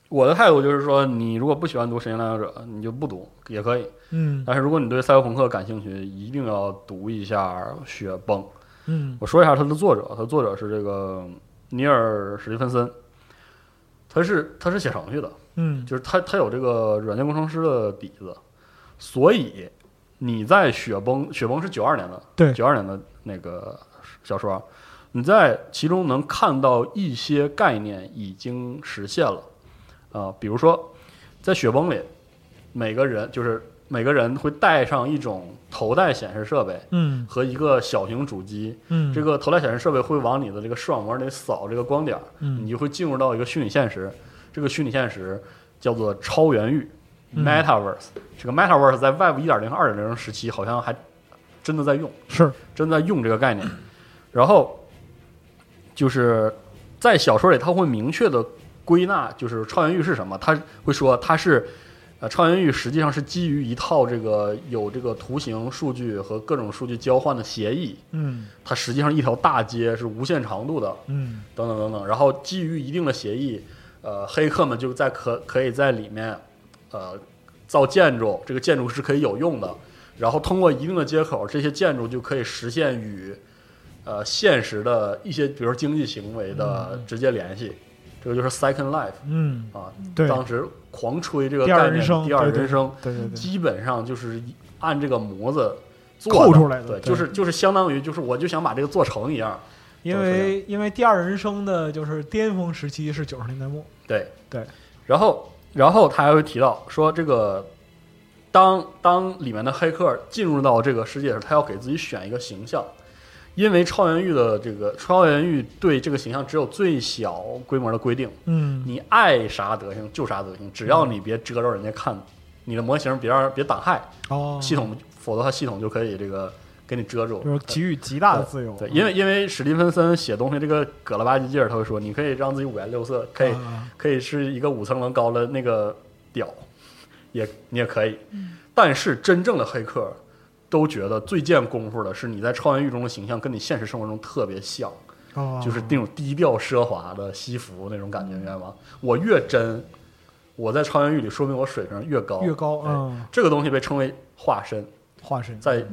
B: 我的态度就是说，你如果不喜欢读《神经来访者》，你就不读也可以。
E: 嗯
B: 但是如果你对赛博朋克感兴趣，一定要读一下《雪崩》。
E: 嗯
B: 我说一下它的作者，它的作者是这个尼尔·史蒂芬森，他是他是写程序的，
E: 嗯，
B: 就是他他有这个软件工程师的底子，所以你在《雪崩》《雪崩》是九二年的，
E: 对
B: 九二年的那个小说，你在其中能看到一些概念已经实现了，啊、比如说在《雪崩》里，每个人就是每个人会带上一种头戴显示设备
E: 嗯
B: 和一个小型主机，
E: 嗯，
B: 这个头戴显示设备会往你的这个视网膜里扫这个光点儿，
E: 嗯
B: 你就会进入到一个虚拟现实。这个虚拟现实叫做超元域
E: 嗯
B: （Metaverse）。这个 Metaverse 在 Web 一点零、二点零时期好像还真的在用，
E: 是
B: 真的在用这个概念。然后就是在小说里，他会明确的归纳，就是超元域是什么。他会说它是。呃，超元域实际上是基于一套这个有这个图形、数据和各种数据交换的协议，
E: 嗯
B: 它实际上一条大街是无限长度的，
E: 嗯
B: 等等等等。然后基于一定的协议，呃，黑客们就在可可以在里面，呃，造建筑，这个建筑是可以有用的。然后通过一定的接口，这些建筑就可以实现与呃现实的一些，比如说经济行为的直接联系。这个就是 Second Life
E: 嗯，
B: 啊，
E: 对
B: 当时狂吹这个
E: 第二
B: 概
E: 人
B: 念，
E: 生
B: 第二
E: 对对
B: 人生，
E: 对对对，
B: 基本上就是一按这个模子做
E: 扣出来的
B: 对，
E: 对
B: 就是就是相当于就是我就想把这个做成一样，
E: 因为因为第二人生的就是巅峰时期是九十年代末，
B: 对
E: 对。
B: 然后，然后他还会提到说，这个当当里面的黑客进入到这个世界时，他要给自己选一个形象，因为超元域的这个超元域对这个形象只有最小规模的规定，
E: 嗯
B: 你爱啥德行就啥德行，只要你别遮着人家看，你的模型别让别挡害
E: 哦，
B: 系统，否则它系统就可以这个给你遮住，
E: 就是给予极大的自由，嗯
B: 对，因为因为史蒂芬森写东西这个葛了吧唧劲儿，他会说你可以让自己五颜六色，可以、
E: 啊
B: 可以是一个五层楼高的那个屌，也你也可以。
E: 嗯
B: 但是真正的黑客都觉得最见功夫的是你在超元域中的形象跟你现实生活中特别像，
E: 哦
B: 就是那种低调奢华的西服那种感觉，明白吗？
E: 嗯
B: 我越真，我在超元域里说明我水平越高
E: 越高
B: 哎
E: 嗯
B: 这个东西被称为化身，
E: 化身
B: 在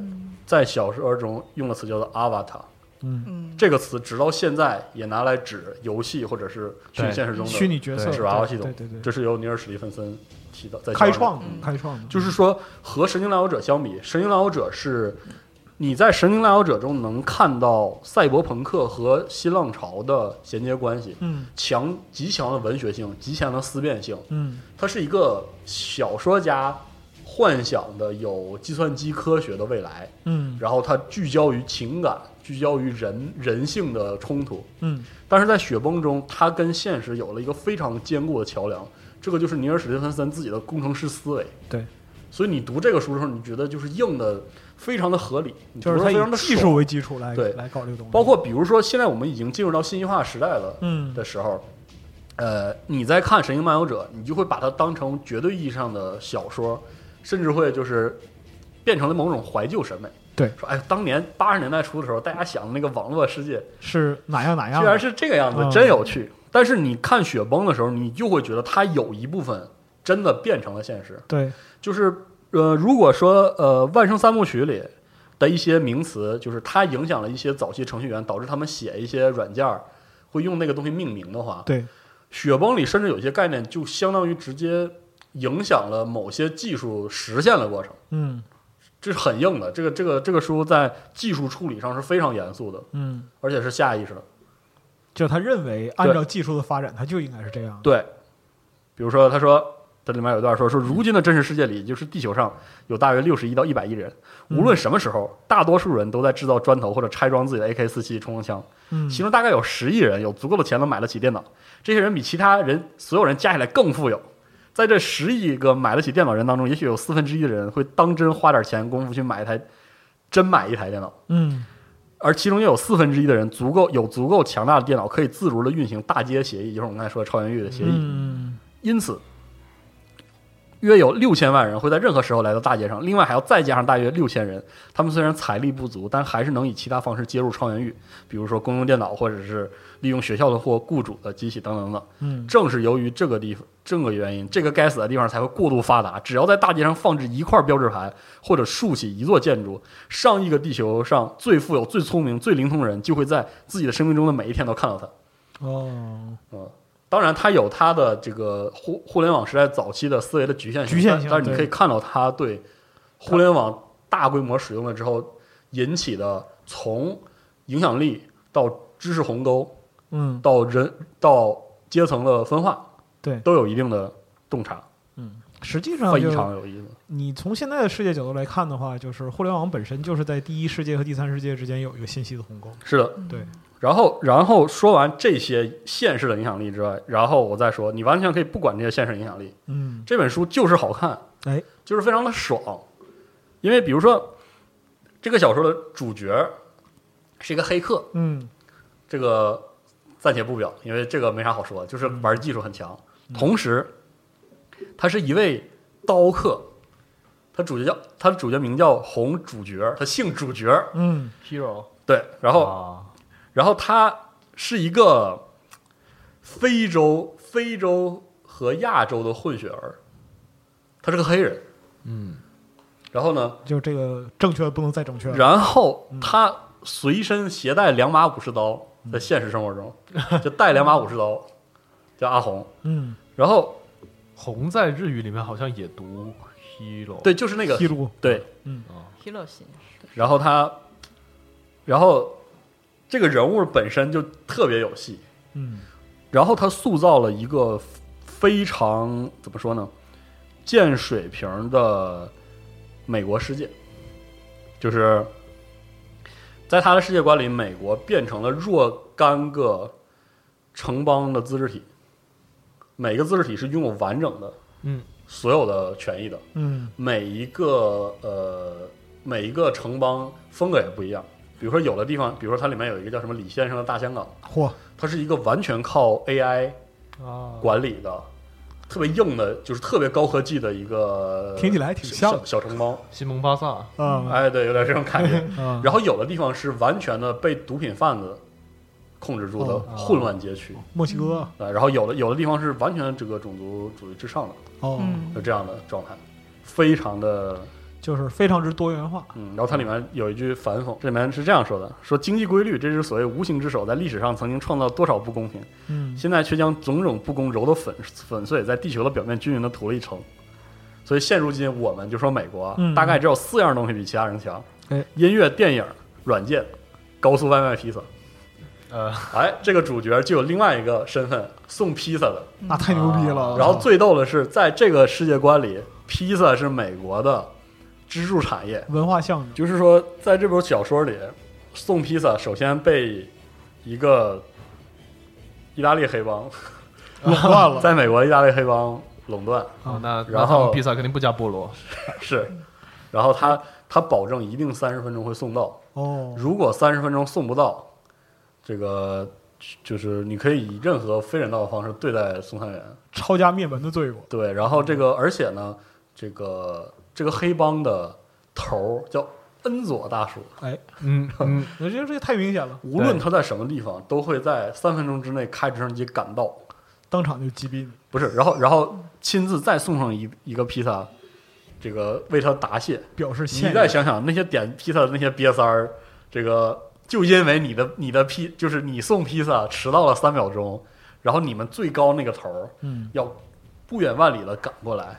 B: 在小说中用的词叫做 avatar。
E: 嗯
D: 嗯，
B: 这个词直到现在也拿来指游戏或者是虚拟现实中的
E: 虚拟角色
B: 纸娃娃系统。
E: 对对对对
B: 这是由尼尔·史蒂芬森提到在
E: 开创
D: 嗯
E: 的开创的，
B: 就是说和《神经来访者》相比，《神经来访者》是你在《神经来访者》中能看到赛博朋克和新浪潮的衔接关系，
E: 嗯
B: 强极强的文学性，极强的思辨性。
E: 嗯
B: 它是一个小说家幻想的有计算机科学的未来，
E: 嗯
B: 然后它聚焦于情感，聚焦于人人性的冲突。
E: 嗯
B: 但是在雪崩中，它跟现实有了一个非常坚固的桥梁，这个就是尼尔·史蒂芬森自己的工程师思维。
E: 对，
B: 所以你读这个书的时候，你觉得就是硬的非常的合理，你
E: 就是
B: 读
E: 它
B: 得非常
E: 以
B: 的
E: 技
B: 爽
E: 术为基础来
B: 对
E: 来搞这个东西，
B: 包括比如说现在我们已经进入到信息化时代了
E: 嗯
B: 的时候，呃，你在看《神行漫游者》，你就会把它当成绝对意义上的小说，甚至会就是变成了某种怀旧审美。
E: 对
B: 说哎，当年八十年代初的时候，大家想的那个网络世界，
E: 是哪样哪样
B: 居
E: 的，
B: 然是这个样子，
E: 嗯
B: 真有趣。但是你看雪崩的时候，你就会觉得它有一部分真的变成了现实。
E: 对，
B: 就是呃，如果说呃，《万圣三部曲》里的一些名词，就是它影响了一些早期程序员，导致他们写一些软件儿会用那个东西命名的话，
E: 对，
B: 雪崩里甚至有些概念就相当于直接影响了某些技术实现的过程，
E: 嗯
B: 这是很硬的。这个这个这个书在技术处理上是非常严肃的，
E: 嗯，
B: 而且是下意识的。
E: 就他认为按照技术的发展，他就应该是这样的。
B: 对，比如说他说这里面有一段说说，如今的真实世界里，就是地球上有大约六十亿到一百亿人，
E: 嗯
B: 无论什么时候，大多数人都在制造砖头或者拆装自己的 AK 四七冲锋枪，
E: 嗯，
B: 其中大概有十亿人有足够的钱能买得起电脑，这些人比其他人所有人加起来更富有。在这十亿个买得起电脑人当中，也许有四分之一的人会当真花点钱功夫去买一台，真买一台电脑。
E: 嗯
B: 而其中又有四分之一的人足够有足够强大的电脑，可以自如的运行大街协议，就是我们刚才说的超元域的协议。
E: 嗯
B: 因此，约有六千万人会在任何时候来到大街上，另外还要再加上大约六千人。他们虽然财力不足，但还是能以其他方式接入超元域，比如说公用电脑，或者是利用学校的或雇主的机器等等等。
E: 嗯
B: 正是由于这个地方这个原因，这个该死的地方才会过度发达。只要在大街上放置一块标志牌，或者竖起一座建筑，上亿个地球上最富有、最聪明、最灵通的人，就会在自己的生命中的每一天都看到它。
E: 哦，
B: 嗯，当然，它有它的这个互互联网时代早期的思维的局限性，
E: 局限性
B: 但但是你
E: 对
B: 可以看到它对互联网大规模使用了之后引起的从影响力到知识鸿沟
E: 嗯
B: 到人到阶层的分化，
E: 对
B: 都有一定的洞察，
E: 嗯，实际上
B: 非
E: 就
B: 常有意思。
E: 你从现在的世界角度来看的话，就是互联网本身就是在第一世界和第三世界之间有一个信息的鸿沟。
B: 是的，
E: 对，
B: 然后然后说完这些现实的影响力之外，然后我再说，你完全可以不管这些现实影响力，
E: 嗯
B: 这本书就是好看，
E: 哎，
B: 就是非常的爽，因为比如说这个小说的主角是一个黑客，
E: 嗯
B: 这个暂且不表，因为这个没啥好说的，就是玩技术很强，同时他是一位刀客，他主角叫他主角名叫红主角，他姓主角，
E: 嗯
C: hero，
B: 对，然后
C: 啊，
B: 然后他是一个非洲、非洲和亚洲的混血儿，他是个黑人。
C: 嗯，
B: 然后呢，
E: 就这个正确不能再正确了。
B: 然后他随身携带两把武士刀，在现实生活中就带两把武士刀，叫阿红。
E: 嗯，
B: 然后
C: 红在日语里面好像也读 hero，
B: 对，就是那个
E: 记录。
B: 对，
D: h e l o 型
B: 然后他，然后这个人物本身就特别有戏，
E: 嗯
B: 然后他塑造了一个非常怎么说呢，见水平的美国世界，就是在他的世界观里，美国变成了若干个城邦的自治体，每个自治体是拥有完整的
C: 嗯
B: 所有的权益的，
E: 嗯
B: 每一个呃每一个城邦风格也不一样。比如说，有的地方，比如说它里面有一个叫什么李先生的大香港，
E: 嚯，
B: 它是一个完全靠 AI
C: 啊，
B: 管理的，特别硬的，就是特别高科技的一个，
E: 听起来挺像
B: 小小城邦。
C: 西蒙巴萨，
E: 啊
B: 哎，对，有点这种感觉。
E: 啊，
B: 然后有的地方是完全的被毒品贩子控制住的
E: 哦
B: 混乱街区，
E: 墨西哥
B: 啊，然后有的有的地方是完全这个种族主义至上的，
E: 哦，
D: 嗯
B: 就这样的状态，非常的
E: 就是非常之多元化。
B: 嗯，然后它里面有一句反讽，这里面是这样说的：说经济规律，这是所谓无形之手，在历史上曾经创造多少不公平，
E: 嗯
B: 现在却将种种不公揉得粉粉碎，在地球的表面均匀的涂了一层。所以现如今，我们就说美国啊，
E: 嗯
B: 大概只有四样东西比其他人强：
E: 哎
B: 音乐、电影、软件、高速外卖披萨。
C: 呃，
B: 哎，这个主角就有另外一个身份，送披萨的。
E: 嗯那太牛逼了。
B: 啊然后最逗的是，在这个世界观里，披萨是美国的支柱产业。
E: 文化象征，
B: 就是说，在这本小说里，送披萨首先被一个意大利黑帮
E: *laughs* 垄断了。
B: 在美国的意大利黑帮垄断，
C: 啊，那
B: 然
C: 然
B: 后
C: 后披萨肯定不加菠萝，
B: 是，然后他他保证一定三十分钟会送到，
E: 哦，
B: 如果三十分钟送不到，这个就是你可以以任何非人道的方式对待送餐员，
E: 抄家灭门的罪过。
B: 对，然后这个而且呢，这个这个黑帮的头儿叫恩佐大叔，
E: 哎，
C: 嗯嗯，
E: 那这这太明显了，
B: 无论他在什么地方，都会在三分钟之内开直升机赶到，
E: 当场就击毙你。
B: 不是，然后然后亲自再送上一一个披萨，这个为他答谢。
E: 表示
B: 你
E: 歉意。
B: 再想想那些点披萨的那些瘪三儿，这个就因为你的你的披就是你送披萨迟到了三秒钟，然后你们最高那个头儿
E: 嗯，
B: 要不远万里的赶过来，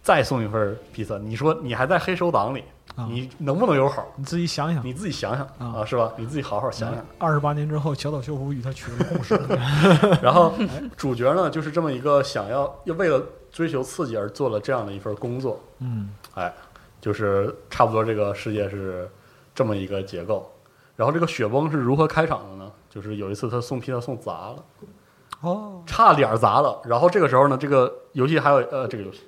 B: 再送一份披萨，你说你还在黑手党里，
E: 啊
B: 你能不能有好？
E: 你自己想想，
B: 你自己想想
E: 啊嗯
B: 啊，是吧？你自己好好想想。
E: 二十八年之后，小岛秀夫与他取得了共识。
B: *laughs* 然后主角呢，就是这么一个想要要为了追求刺激而做了这样的一份工作，
E: 嗯，
B: 哎，就是差不多这个世界是这么一个结构。然后这个雪崩是如何开场的呢？就是有一次他送披萨送砸了，
E: *laughs* 哦，
B: 差点儿砸了。然后这个时候呢，这个游戏还有呃，这个游戏，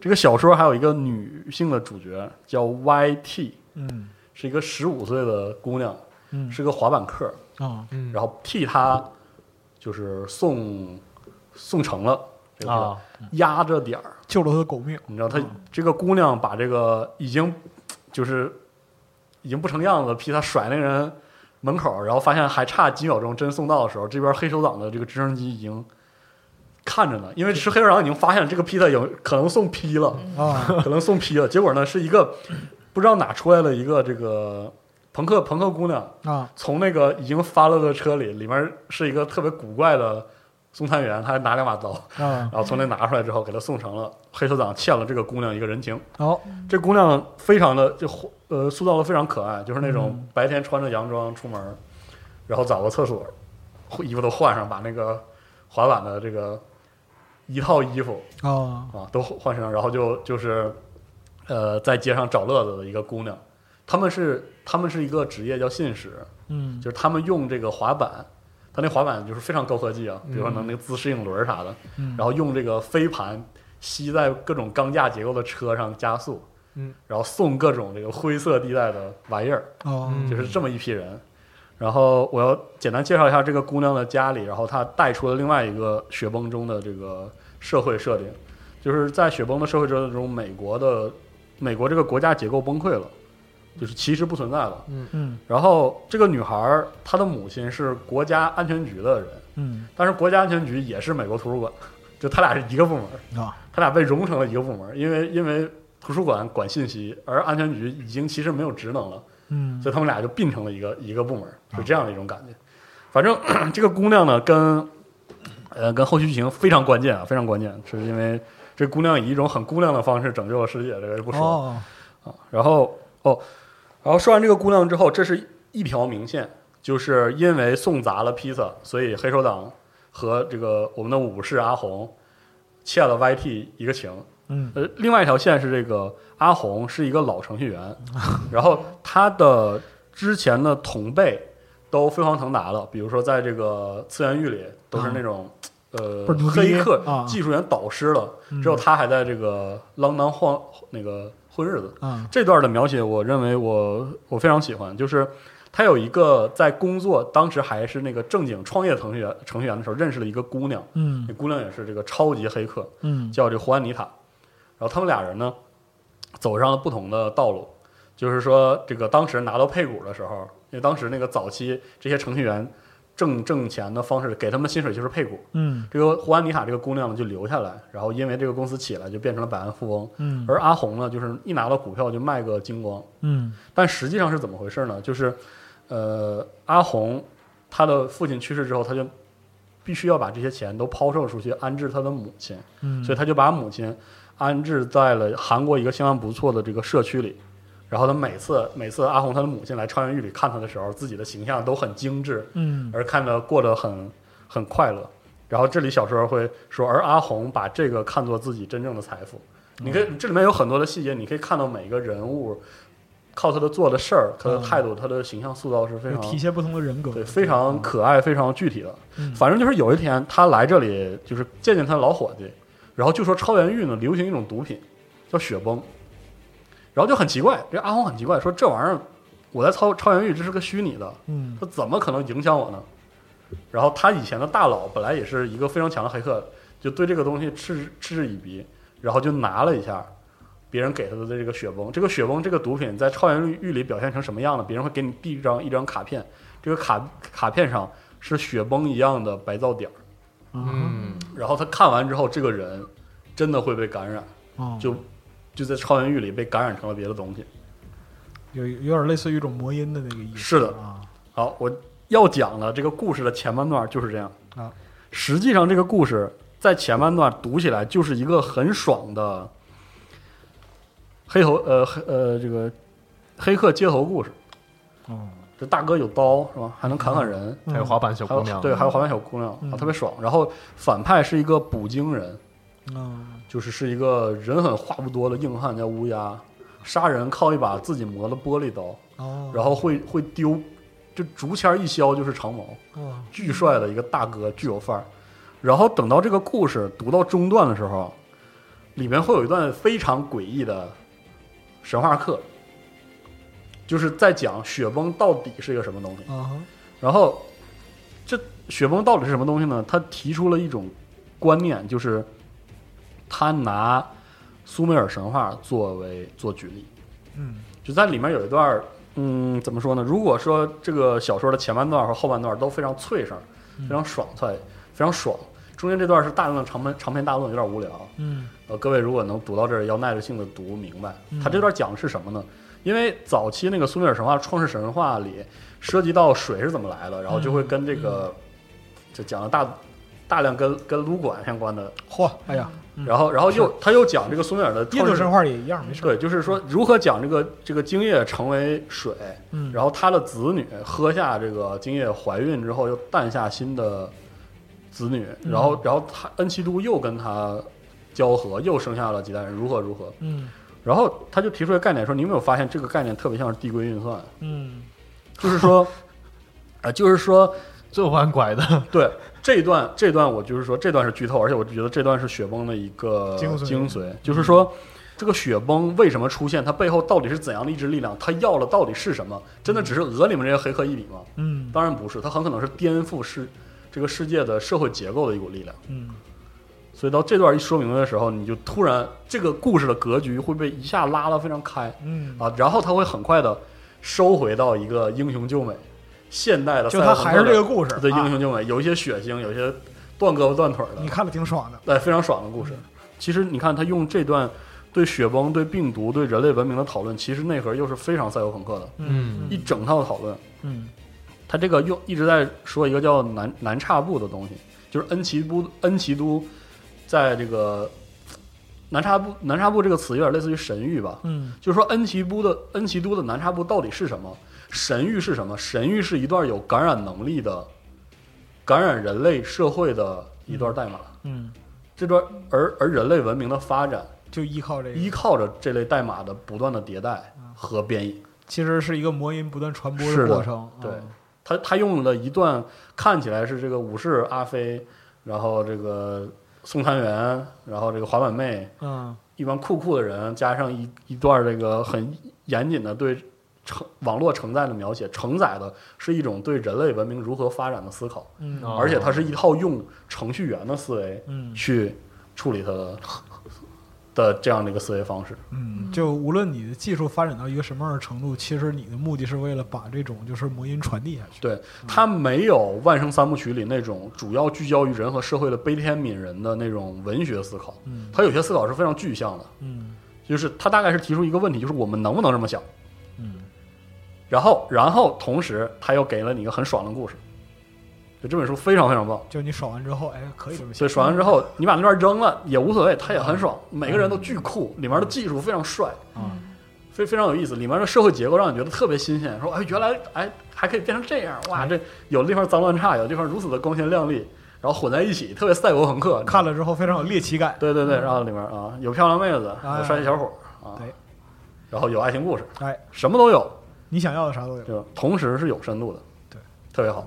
B: 这个小说还有一个女性的主角叫 YT，
E: 嗯
B: 是一个十五岁的姑娘，
E: 嗯
B: 是个滑板客，
E: 啊，
C: 嗯
B: 然后替她就是送送成了这个披萨
C: 啊，
B: 压着点儿，
E: 救了他的狗命。
B: 你知道她这个姑娘把这个已经就是已经不成样子的披萨甩那个人门口，然后发现还差几秒钟真送到的时候，这边黑手党的这个直升机已经看着呢，因为是黑手党已经发现这个披萨有可能送批了，
E: 啊，
B: *laughs* 可能送批了。结果呢，是一个不知道哪出来了一个这个朋克朋克姑娘，
E: 啊，
B: 从那个已经翻了的车里，里面是一个特别古怪的送餐员，他还拿两把刀。
E: 啊，
B: 然后从那拿出来之后，给她送成了。黑手党欠了这个姑娘一个人情，
E: 好，
B: 这姑娘非常的就呃塑造的非常可爱，就是那种白天穿着洋装出门，然后找个厕所，衣服都换上，把那个滑板的这个一套衣服
E: 啊，
B: 啊都换上，然后就就是呃在街上找乐子的一个姑娘。他们是他们是一个职业叫信使，
E: 嗯，
B: 就是他们用这个滑板，他那滑板就是非常高科技啊，比如说能那个自适应轮儿啥的，
E: 嗯
B: 然后用这个飞盘吸在各种钢架结构的车上加速，
C: 嗯，
B: 然后送各种这个灰色地带的玩意儿，
E: 啊，
C: 嗯
B: 就是这么一批人。然后我要简单介绍一下这个姑娘的家里，然后她带出了另外一个雪崩中的这个社会设定，就是在雪崩的社会设定中，美国的美国这个国家结构崩溃了，就是其实不存在了。
E: 嗯
B: 然后这个女孩儿她的母亲是国家安全局的人，
E: 嗯
B: 但是国家安全局也是美国图书馆，就他俩是一个部门，
E: 啊，
B: 他俩被融成了一个部门，因为因为图书馆管信息，而安全局已经其实没有职能了，
E: 嗯啊
B: 所以他们俩就并成了一个一个部门，是这样的一种感觉。反正 *clears throat* 这个姑娘呢，跟呃跟后续剧情非常关键啊，非常关键，是因为这姑娘以一种很姑娘的方式拯救了世界，这个就不说了。
E: 哦，
B: 啊，然后哦，然后说完这个姑娘之后，这是一条明线，就是因为送砸了披萨，所以黑手党和这个我们的武士阿红欠了 YT 一个情。
E: 嗯
B: 呃，另外一条线是这个阿红是一个老程序
E: *laughs*
B: 员，然后他的之前的同辈都飞黄腾达了，比如说在这个次元域里都是那种、
E: 啊倍
B: 呃
E: 儿牛逼
B: 黑客、
E: 啊嗯
B: 技术员导师了，只有他还在这个锒铛混那个混日子。
E: 啊，
B: 这段的描写，我认为我我非常喜欢，就是他有一个在工作，当时还是那个正经创业程序员程序员的时候，认识了一个姑娘，
E: 嗯
B: 那姑娘也是这个超级黑客，
E: 嗯
B: 叫这胡安妮塔。然后他们俩人呢，走上了不同的道路，就是说这个当时拿到配股的时候，因为当时那个早期这些程序员挣挣钱的方式，给他们薪水就是配股。
E: 嗯
B: 这个胡安妮塔这个姑娘呢就留下来，然后因为这个公司起来就变成了百万富翁，
E: 嗯
B: 而阿红呢就是一拿到股票就卖个精光。
E: 嗯
B: 但实际上是怎么回事呢？就是，呃，阿红他的父亲去世之后，他就必须要把这些钱都抛售出去，安置他的母亲，
E: 嗯，
B: 所以他就把母亲安置在了韩国一个相当不错的这个社区里。然后他每次每次阿红他的母亲来川越玉里看他的时候，自己的形象都很精致，
E: 嗯
B: 而看着过得很很快乐。然后这里小说会说，而阿红把这个看作自己真正的财富。
E: 嗯
B: 你可以这里面有很多的细节，你可以看到每个人物靠他的做的事儿、他的
E: 嗯
B: 态度、他的形象塑造是非
E: 就
B: 常
E: 体现不同的人格，
B: 对非常可爱、非常具体的。
E: 嗯
B: 反正就是有一天他来这里，就是见见他老伙计，然后就说超元玉呢流行一种毒品叫雪崩，然后就很奇怪，这阿红很奇怪，说这玩意儿我在超超元玉这是个虚拟的，
E: 嗯
B: 他怎么可能影响我呢？然后他以前的大佬本来也是一个非常强的黑客，就对这个东西嗤之嗤之以鼻，然后就拿了一下，别人给他的这个雪崩。这个雪崩这个毒品在超元域里表现成什么样呢？别人会给你递一张一张卡片，这个卡卡片上是雪崩一样的白噪点儿。
E: 啊
C: 嗯，
B: 然后他看完之后，这个人真的会被感染，
E: 哦，
B: 就就在超元域里被感染成了别的东西。
E: 有有点类似于一种魔音的那个意思。
B: 是的
E: 啊，
B: 好，我要讲的这个故事的前半段就是这样
E: 啊。
B: 实际上，这个故事在前半段读起来就是一个很爽的黑头呃黑呃这个黑客街头故事。
E: 哦，
B: 这大哥有刀是吧？还能砍砍人，
C: 还有滑板哦嗯小
B: 还
C: 姑
B: 有
C: 娘，
B: 对，还有滑板小姑娘，
E: 嗯
B: 啊，特别爽。然后反派是一个捕鲸人，
E: 嗯，
B: 就是是一个人很话不多的硬汉，叫乌鸦，杀人靠一把自己磨的玻璃刀，
E: 哦，
B: 然后会会丢，就竹签一削就是长矛。
E: 哦，
B: 巨帅的一个大哥，巨有范儿。然后等到这个故事读到中段的时候，里面会有一段非常诡异的神话课，就是在讲雪崩到底是一个什么东西。
E: 啊哈，
B: 然后这雪崩到底是什么东西呢？他提出了一种观念，就是他拿苏美尔神话作为做举例，
E: 嗯，
B: 就在里面有一段儿，嗯，怎么说呢？如果说这个小说的前半段和后半段都非常脆声，非常爽快，非常爽，中间这段是大量的长篇长篇大论，有点无聊。
E: 嗯，
B: 呃，各位如果能读到这儿，要耐着性子读明白
E: 嗯。
B: 他这段讲的是什么呢？因为早期那个苏美尔神话、创世神话里涉及到水是怎么来的，然后就
E: 嗯
B: 会跟这个、就讲了大大量跟跟撸管相关的，
E: 嚯，哎呀，嗯
B: 然后然后又他又讲这个苏美尔的
E: 印
B: 创
E: 度
B: 世
E: 神话也一样，没事。
B: 对，，就是说如何讲这个这个精液成为水，
E: 嗯，
B: 然后他的子女喝下这个精液，怀孕之后又诞下新的子女，然后然后他恩奇都又跟他交合，又生下了几代人，如何如何。
E: 嗯
B: 然后他就提出来概念说，你有没有发现这个概念特别像是递归运算？
E: 嗯，
B: 就是说， *laughs* 呃，就是说，
C: 这弯拐的，
E: *laughs*
B: 对这一段这一段我就是说这段是剧透，而且我觉得这段是雪崩的一个
E: 精髓嗯
B: 就是说。这个雪崩为什么出现？它背后到底是怎样的一支力量？它要了到底是什么？真的只是讹你们这些黑客一笔吗？
E: 嗯，
B: 当然不是，它很可能是颠覆世这个世界的社会结构的一股力量。
E: 嗯，
B: 所以到这段一说明的时候，你就突然这个故事的格局会被一下拉得非常开
E: 嗯，
B: 啊，然后它会很快的收回到一个英雄救美现代的
E: 就
B: 赛
E: 他
B: 博朋克
E: 还是这
B: 的
E: 个故事，
B: 对英
E: 啊
B: 雄救美，有一些血腥，有一些断胳膊断腿
E: 你
B: 的，
E: 看了挺爽的。
B: 对，非常爽的故事。其实你看他用这段对雪崩、对病毒、对人类文明的讨论，其实内核又是非常赛博朋克的
C: 嗯
B: 一整套的讨论。
E: 嗯
B: 他这个用一直在说一个叫南南岔布的东西，就是恩奇都恩奇都，在这个南岔布南岔布这个词有点类似于神域吧，
E: 嗯
B: 就是说恩奇都的恩奇都的南岔布到底是什么？神域是什么？神域是一段有感染能力的，感染人类社会的一段代码。
E: 嗯，
B: 这段而而人类文明的发展
E: 就依靠这
B: 依
E: 个，
B: 靠着这类代码的不断的迭代
E: 嗯
B: 和编译。
E: 其实是一个魔音不断传播
B: 是的
E: 过程。
B: 对
E: 嗯
B: 他他用了一段看起来是这个武士阿飞，然后这个宋丹元，然后这个滑板妹，
E: 嗯
B: 一帮酷酷的人，加上一一段这个很严谨的对承网络承载的描写，承载的是一种对人类文明如何发展的思考，
E: 嗯
C: 哦
B: 而且它是一套用程序员的思维
E: 嗯
B: 去处理它的的这样的一个思维方式。
E: 嗯，就无论你的技术发展到一个什么样的程度，其实你的目的是为了把这种就是魔音传递下去。
B: 对，它没有《万圣三部曲》里那种主要聚焦于人和社会的悲天悯人的那种文学思考，
E: 嗯
B: 它有些思考是非常具象的，
E: 嗯
B: 就是它大概是提出一个问题，就是我们能不能这么想？
E: 嗯
B: 然后，然后同时他又给了你一个很爽的故事，就这本书非常非常棒。
E: 就你爽完之后，哎，可以这么
B: 所以
E: 想。
B: 爽完之后，你把那段扔了也无所谓，它也很爽，每个人都巨酷，里面的技术非常帅，
E: 啊，
B: 非非常有意思，里面的社会结构让你觉得特别新鲜，说哎，原来哎还可以变成这样，
E: 啊
B: 哇，这有的地方脏乱差，有的地方如此的光鲜亮丽，然后混在一起，特别赛博朋克。
E: 看，了之后非常有猎奇感。
B: 对对对，然后里面啊有漂亮妹子，
E: 哎
B: 有帅气小伙儿啊，
E: 对，
B: 然后有爱情故事，
E: 哎，
B: 什么都有，
E: 你想要的啥都有。
B: 就同时是有深度的，
E: 对，
B: 特别好，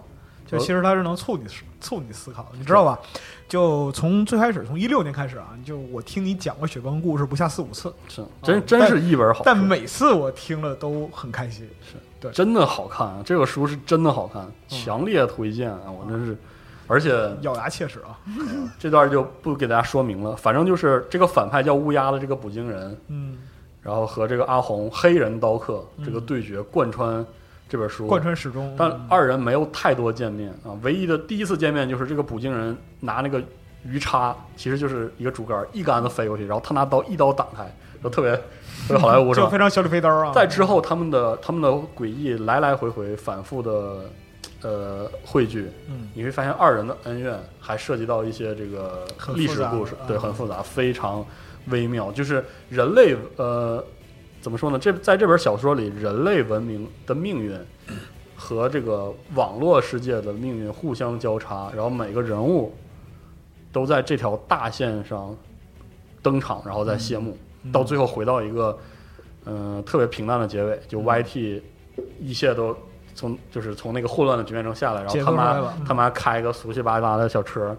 E: 就其实它是能促你思促你思考，你知道吧？就从最开始，从一六年开始啊，就我听你讲过雪崩故事不下四五次，
B: 是
E: 啊
B: 真真
E: 但
B: 是一本好书，
E: 但每次我听了都很开心。
B: 真的好看啊，这个书是真的好看，
E: 嗯
B: 强烈推荐啊，我真是，而且
E: 咬牙切齿啊，
B: 这段就不给大家说明了，反正就是这个反派叫乌鸦的这个捕鲸人，
E: 嗯
B: 然后和这个阿红黑人刀客这个对决贯穿这本书，
E: 贯穿始终。
B: 但二人没有太多见面啊，唯一的第一次见面就是这个捕鲸人拿那个鱼叉，其实就是一个竹竿，一竿子飞过去，然后他拿刀一刀挡开，就特别特别好莱坞是
E: 就
B: 吧
E: 非？常小李飞刀啊，
B: 在之后，他们的他们的诡异来来回回反复的呃汇聚，
E: 嗯
B: 你会发现二人的恩怨还涉及到一些这个
E: 很
B: 历
E: 复
B: 史
E: 杂
B: 故事，
E: 啊
B: 对，很复杂，非常微妙。就是人类呃，怎么说呢？这在这本小说里，人类文明的命
E: *clears throat*
B: 运和这个网络世界的命运互相交叉，然后每个人物都在这条大线上登场，然后再谢幕，
E: 嗯
B: 到最后回到一个嗯、呃特别平淡的结尾，
E: 嗯
B: 就 YT 一切都从就是从那个混乱的局面中下来，然后
E: 解
B: 他
E: 脱出来
B: 妈
E: 了嗯
B: 他妈开一个俗气巴巴的小车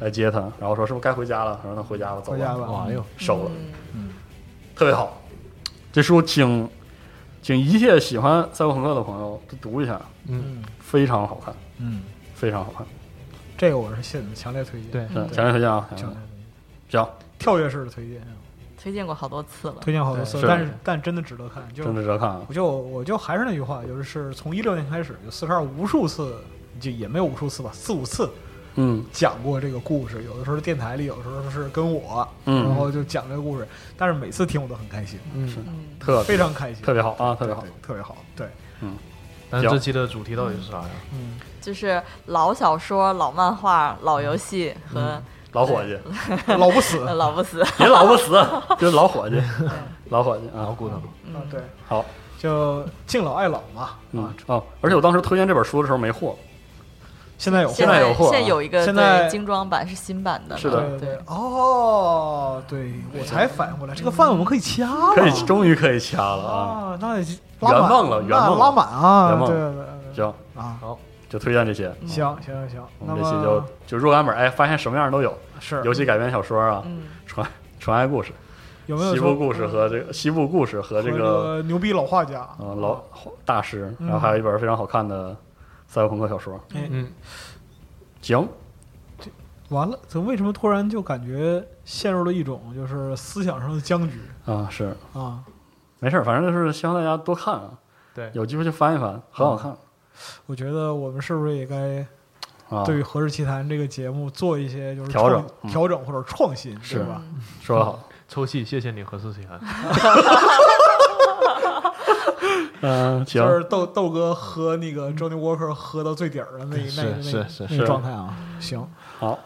B: 来接他，然后说是不是该回家了？他说那回家吧，走
E: 回家吧，
C: 哇哎呦，
B: 收了，
D: 嗯
B: 特别好。这书请请一切喜欢赛博朋克的朋友都读一下，
C: 嗯，
B: 非常好看，
E: 嗯，
B: 非常好看。
E: 这个我是信的，强烈推荐，
C: 对
B: 嗯，强烈推荐啊！强
E: 强
B: 烈
E: 烈
B: 推荐行，
E: 跳跃式的推荐，啊
D: 推荐过好多次了。
E: 推荐好多次
B: 是，
E: 但是但真的值得看，就
B: 真的值得看啊！
E: 我就我就还是那句话，就是从一六年开始，就四十二无数次，就也没有无数次吧，四五次
B: 嗯
E: 讲过这个故事，有的时候是电台里，有的时候是跟我，
B: 嗯
E: 然后就讲这个故事，但是每次听我都很开心，
D: 嗯，
B: 特
E: 非常开心，
B: 特别好啊，特别好
E: 对，。特别好，对， *laughs*
C: 但是这期的主题到底是啥呀？
E: 嗯，
D: 就是老小说、老漫画、老游戏和
B: 老伙计，
E: *laughs* 老不死
D: 呃老
B: *laughs*
D: 不死。
B: 别老不死，就是老伙计，
E: 嗯
B: *laughs* 老伙计啊，
C: 骨头，
E: 啊，对，
B: 好。
E: 就敬老爱老嘛，
B: 嗯
E: 啊，
B: 哦，而且我当时推荐这本书的时候没货，
E: 现在有
B: 现在有货啊
D: 现在有一个
E: 现在
D: 对精装版是新版的，
B: 是
E: 对
B: 的
E: 对对
D: 对，，
E: 哦，对我才反应过来，这个饭我们可以掐了，
B: 可以终于可以掐了啊！
E: 啊，那也拉
B: 圆
E: 满
B: 梦了圆
E: 那
B: 梦了
E: 拉满啊，
B: 圆
E: 对
B: 梦
E: 对对对
B: 行，
E: 啊，
B: 就推荐这些。
E: 行行行，
B: 我
E: 嗯那
B: 们这
E: 么
B: 期就就若干本，哎，发现什么样都有，
E: 是
B: 游戏改编小说啊，
D: 嗯，
B: 传传爱故事、
E: 有没有
B: 西
E: 说
B: 部故事和这个西部故事和
E: 和
B: 这个
E: 这个嗯牛逼老画家
B: 呃老大师，然后还有一本非常好看的赛博朋克小说。
E: 哎
C: 嗯，
B: 行，
E: 完了，怎么为什么突然就感觉陷入了一种就是思想上的僵局
B: 啊，是
E: 啊？
B: 没事儿，反正就是希望大家多看啊，
C: 对，
B: 有机会去翻一翻，很好看
E: 我觉得我们是不是也该
B: 啊。
E: 嗯对于《何氏奇谈》这个节目做一些就是
B: 调整
E: 创
B: 嗯
E: 调整或者创新，
B: 是嗯
E: 对吧？
B: 说得好，
E: *laughs*
C: 抽戏，谢谢你，何思喜啊涵。
B: 嗯，行
E: 就，是豆豆哥喝那个 Johnny Walker 喝到最底儿的那一
C: 是
E: 那一那一
C: 是
E: 那
B: 是
E: 个状态啊，行，
B: 好，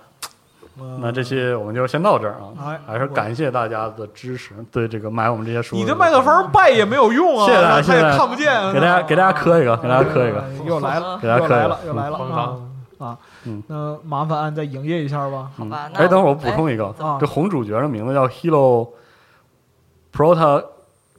E: 呃
B: 那这期我们就先到这儿啊
E: 哎，
B: 还是感谢大家的支持，对这个买我们这些书，
E: 你的麦克风拜也没有用啊，
B: 谢谢大家
E: 他
B: 谢
E: 也
B: 谢大家
E: 看不见啊，
B: 给大家给大家磕一个，给大家磕一个，
E: 又
B: *laughs*
E: 来了，
B: 给大家
E: 又
B: 磕
E: 来
B: 一
E: 了
B: 个，，
E: 又来了
C: 嗯
E: 啊啊
B: 嗯！
E: 那麻烦按再营业一下吧。
B: 嗯
D: 吧那
B: 哎，等会儿我补充一个啊
E: 怎么，
B: 这红主角的名字叫 Hilo Prota，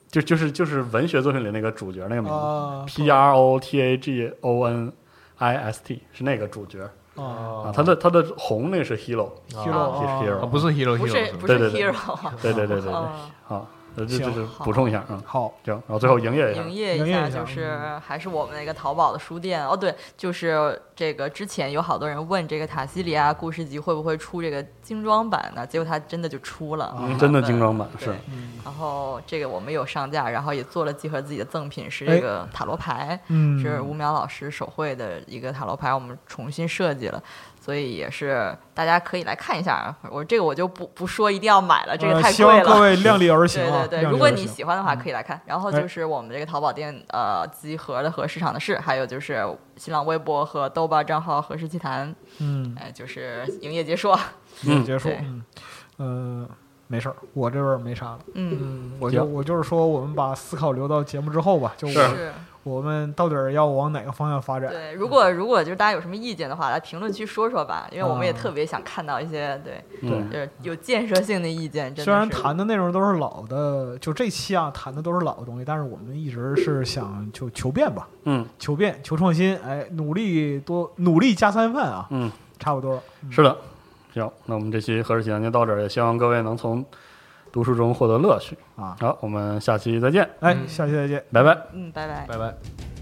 B: 就就是就是文学作品里那个主角那个名字
E: 啊
B: ，P R O T A G O N I S T 是那个主角
E: 啊
B: 啊，他的他的红那是 Hilo，
E: ，hero
D: 哦
B: 啊
E: 啊
B: 是 hero
C: 啊，不是 hero
D: 不是
C: hero，
D: 不
B: 对对
D: 是
B: 对
D: hero，啊
B: 对对对对对，
D: 嗯
B: 好，这这
E: 行
B: 是
D: 好
B: 补充一下啊，
E: 好，
B: 行，然后最后营业一下嗯
D: 营，业
E: 营
D: 一
E: 业
D: 下，
E: 一下
D: 就是还是我们那个淘宝的书店哦，对，就是这个之前有好多人问这个塔西里亚故事集会不会出这个精装版呢？结果它真的就出了，啊
B: 嗯真的精装版
D: 对嗯
B: 是。
D: 然后这个我们有上架，然后也做了结合自己的赠品，是
E: 哎
D: 这个塔罗牌，
E: 嗯
D: 是吴淼老师手绘的一个塔罗牌，我们重新设计了，所以也是大家可以来看一下啊。我这个我就不不说一定要买了，这个
E: 呃
D: 太
E: 希
D: 贵
E: 望
D: 了。
E: 各位量力而行
D: 对
E: 啊
D: 对！对，
E: 量力
D: 如果
E: 而
D: 你
E: 行嗯哎
D: 喜欢的话，可以来看。然后就是我们这个淘宝店呃集合的和市场的事，还有就是新浪微博和豆瓣账号“和氏奇谈
E: 嗯”，，
D: 呃，就是营业结束。
B: 嗯
E: 结束
D: 对，
E: 嗯，呃，没事儿，我这边儿没啥了。
D: 嗯，
E: 嗯，我就
B: 行
E: 我就是说，我们把思考留到节目之后吧，就我
D: 是
E: 我们到底儿要往哪个方向发展？
D: 对。如果如果就是大家有什么意见的话，来评论区说说吧，因为我们也
E: 嗯
D: 特别想看到一些对，
B: 嗯
D: 就是有建设性的意见。真的
E: 虽然
D: 是
E: 谈的内容都是老的，就这期啊谈的都是老的东西，但是我们一直是想就求变吧，
B: 嗯
E: 求变求创新，哎，努力多努力加三饭啊，
B: 嗯，
E: 差不多了。
B: 是的，行，那我们这期何氏奇谈就到这儿，也希望各位能从读书中获得乐趣
E: 啊
B: 好，我们下期再见，
E: 哎，
C: 嗯
E: 下期再见。
B: 拜拜。
D: 嗯，拜拜。
C: 拜拜。
E: 拜拜。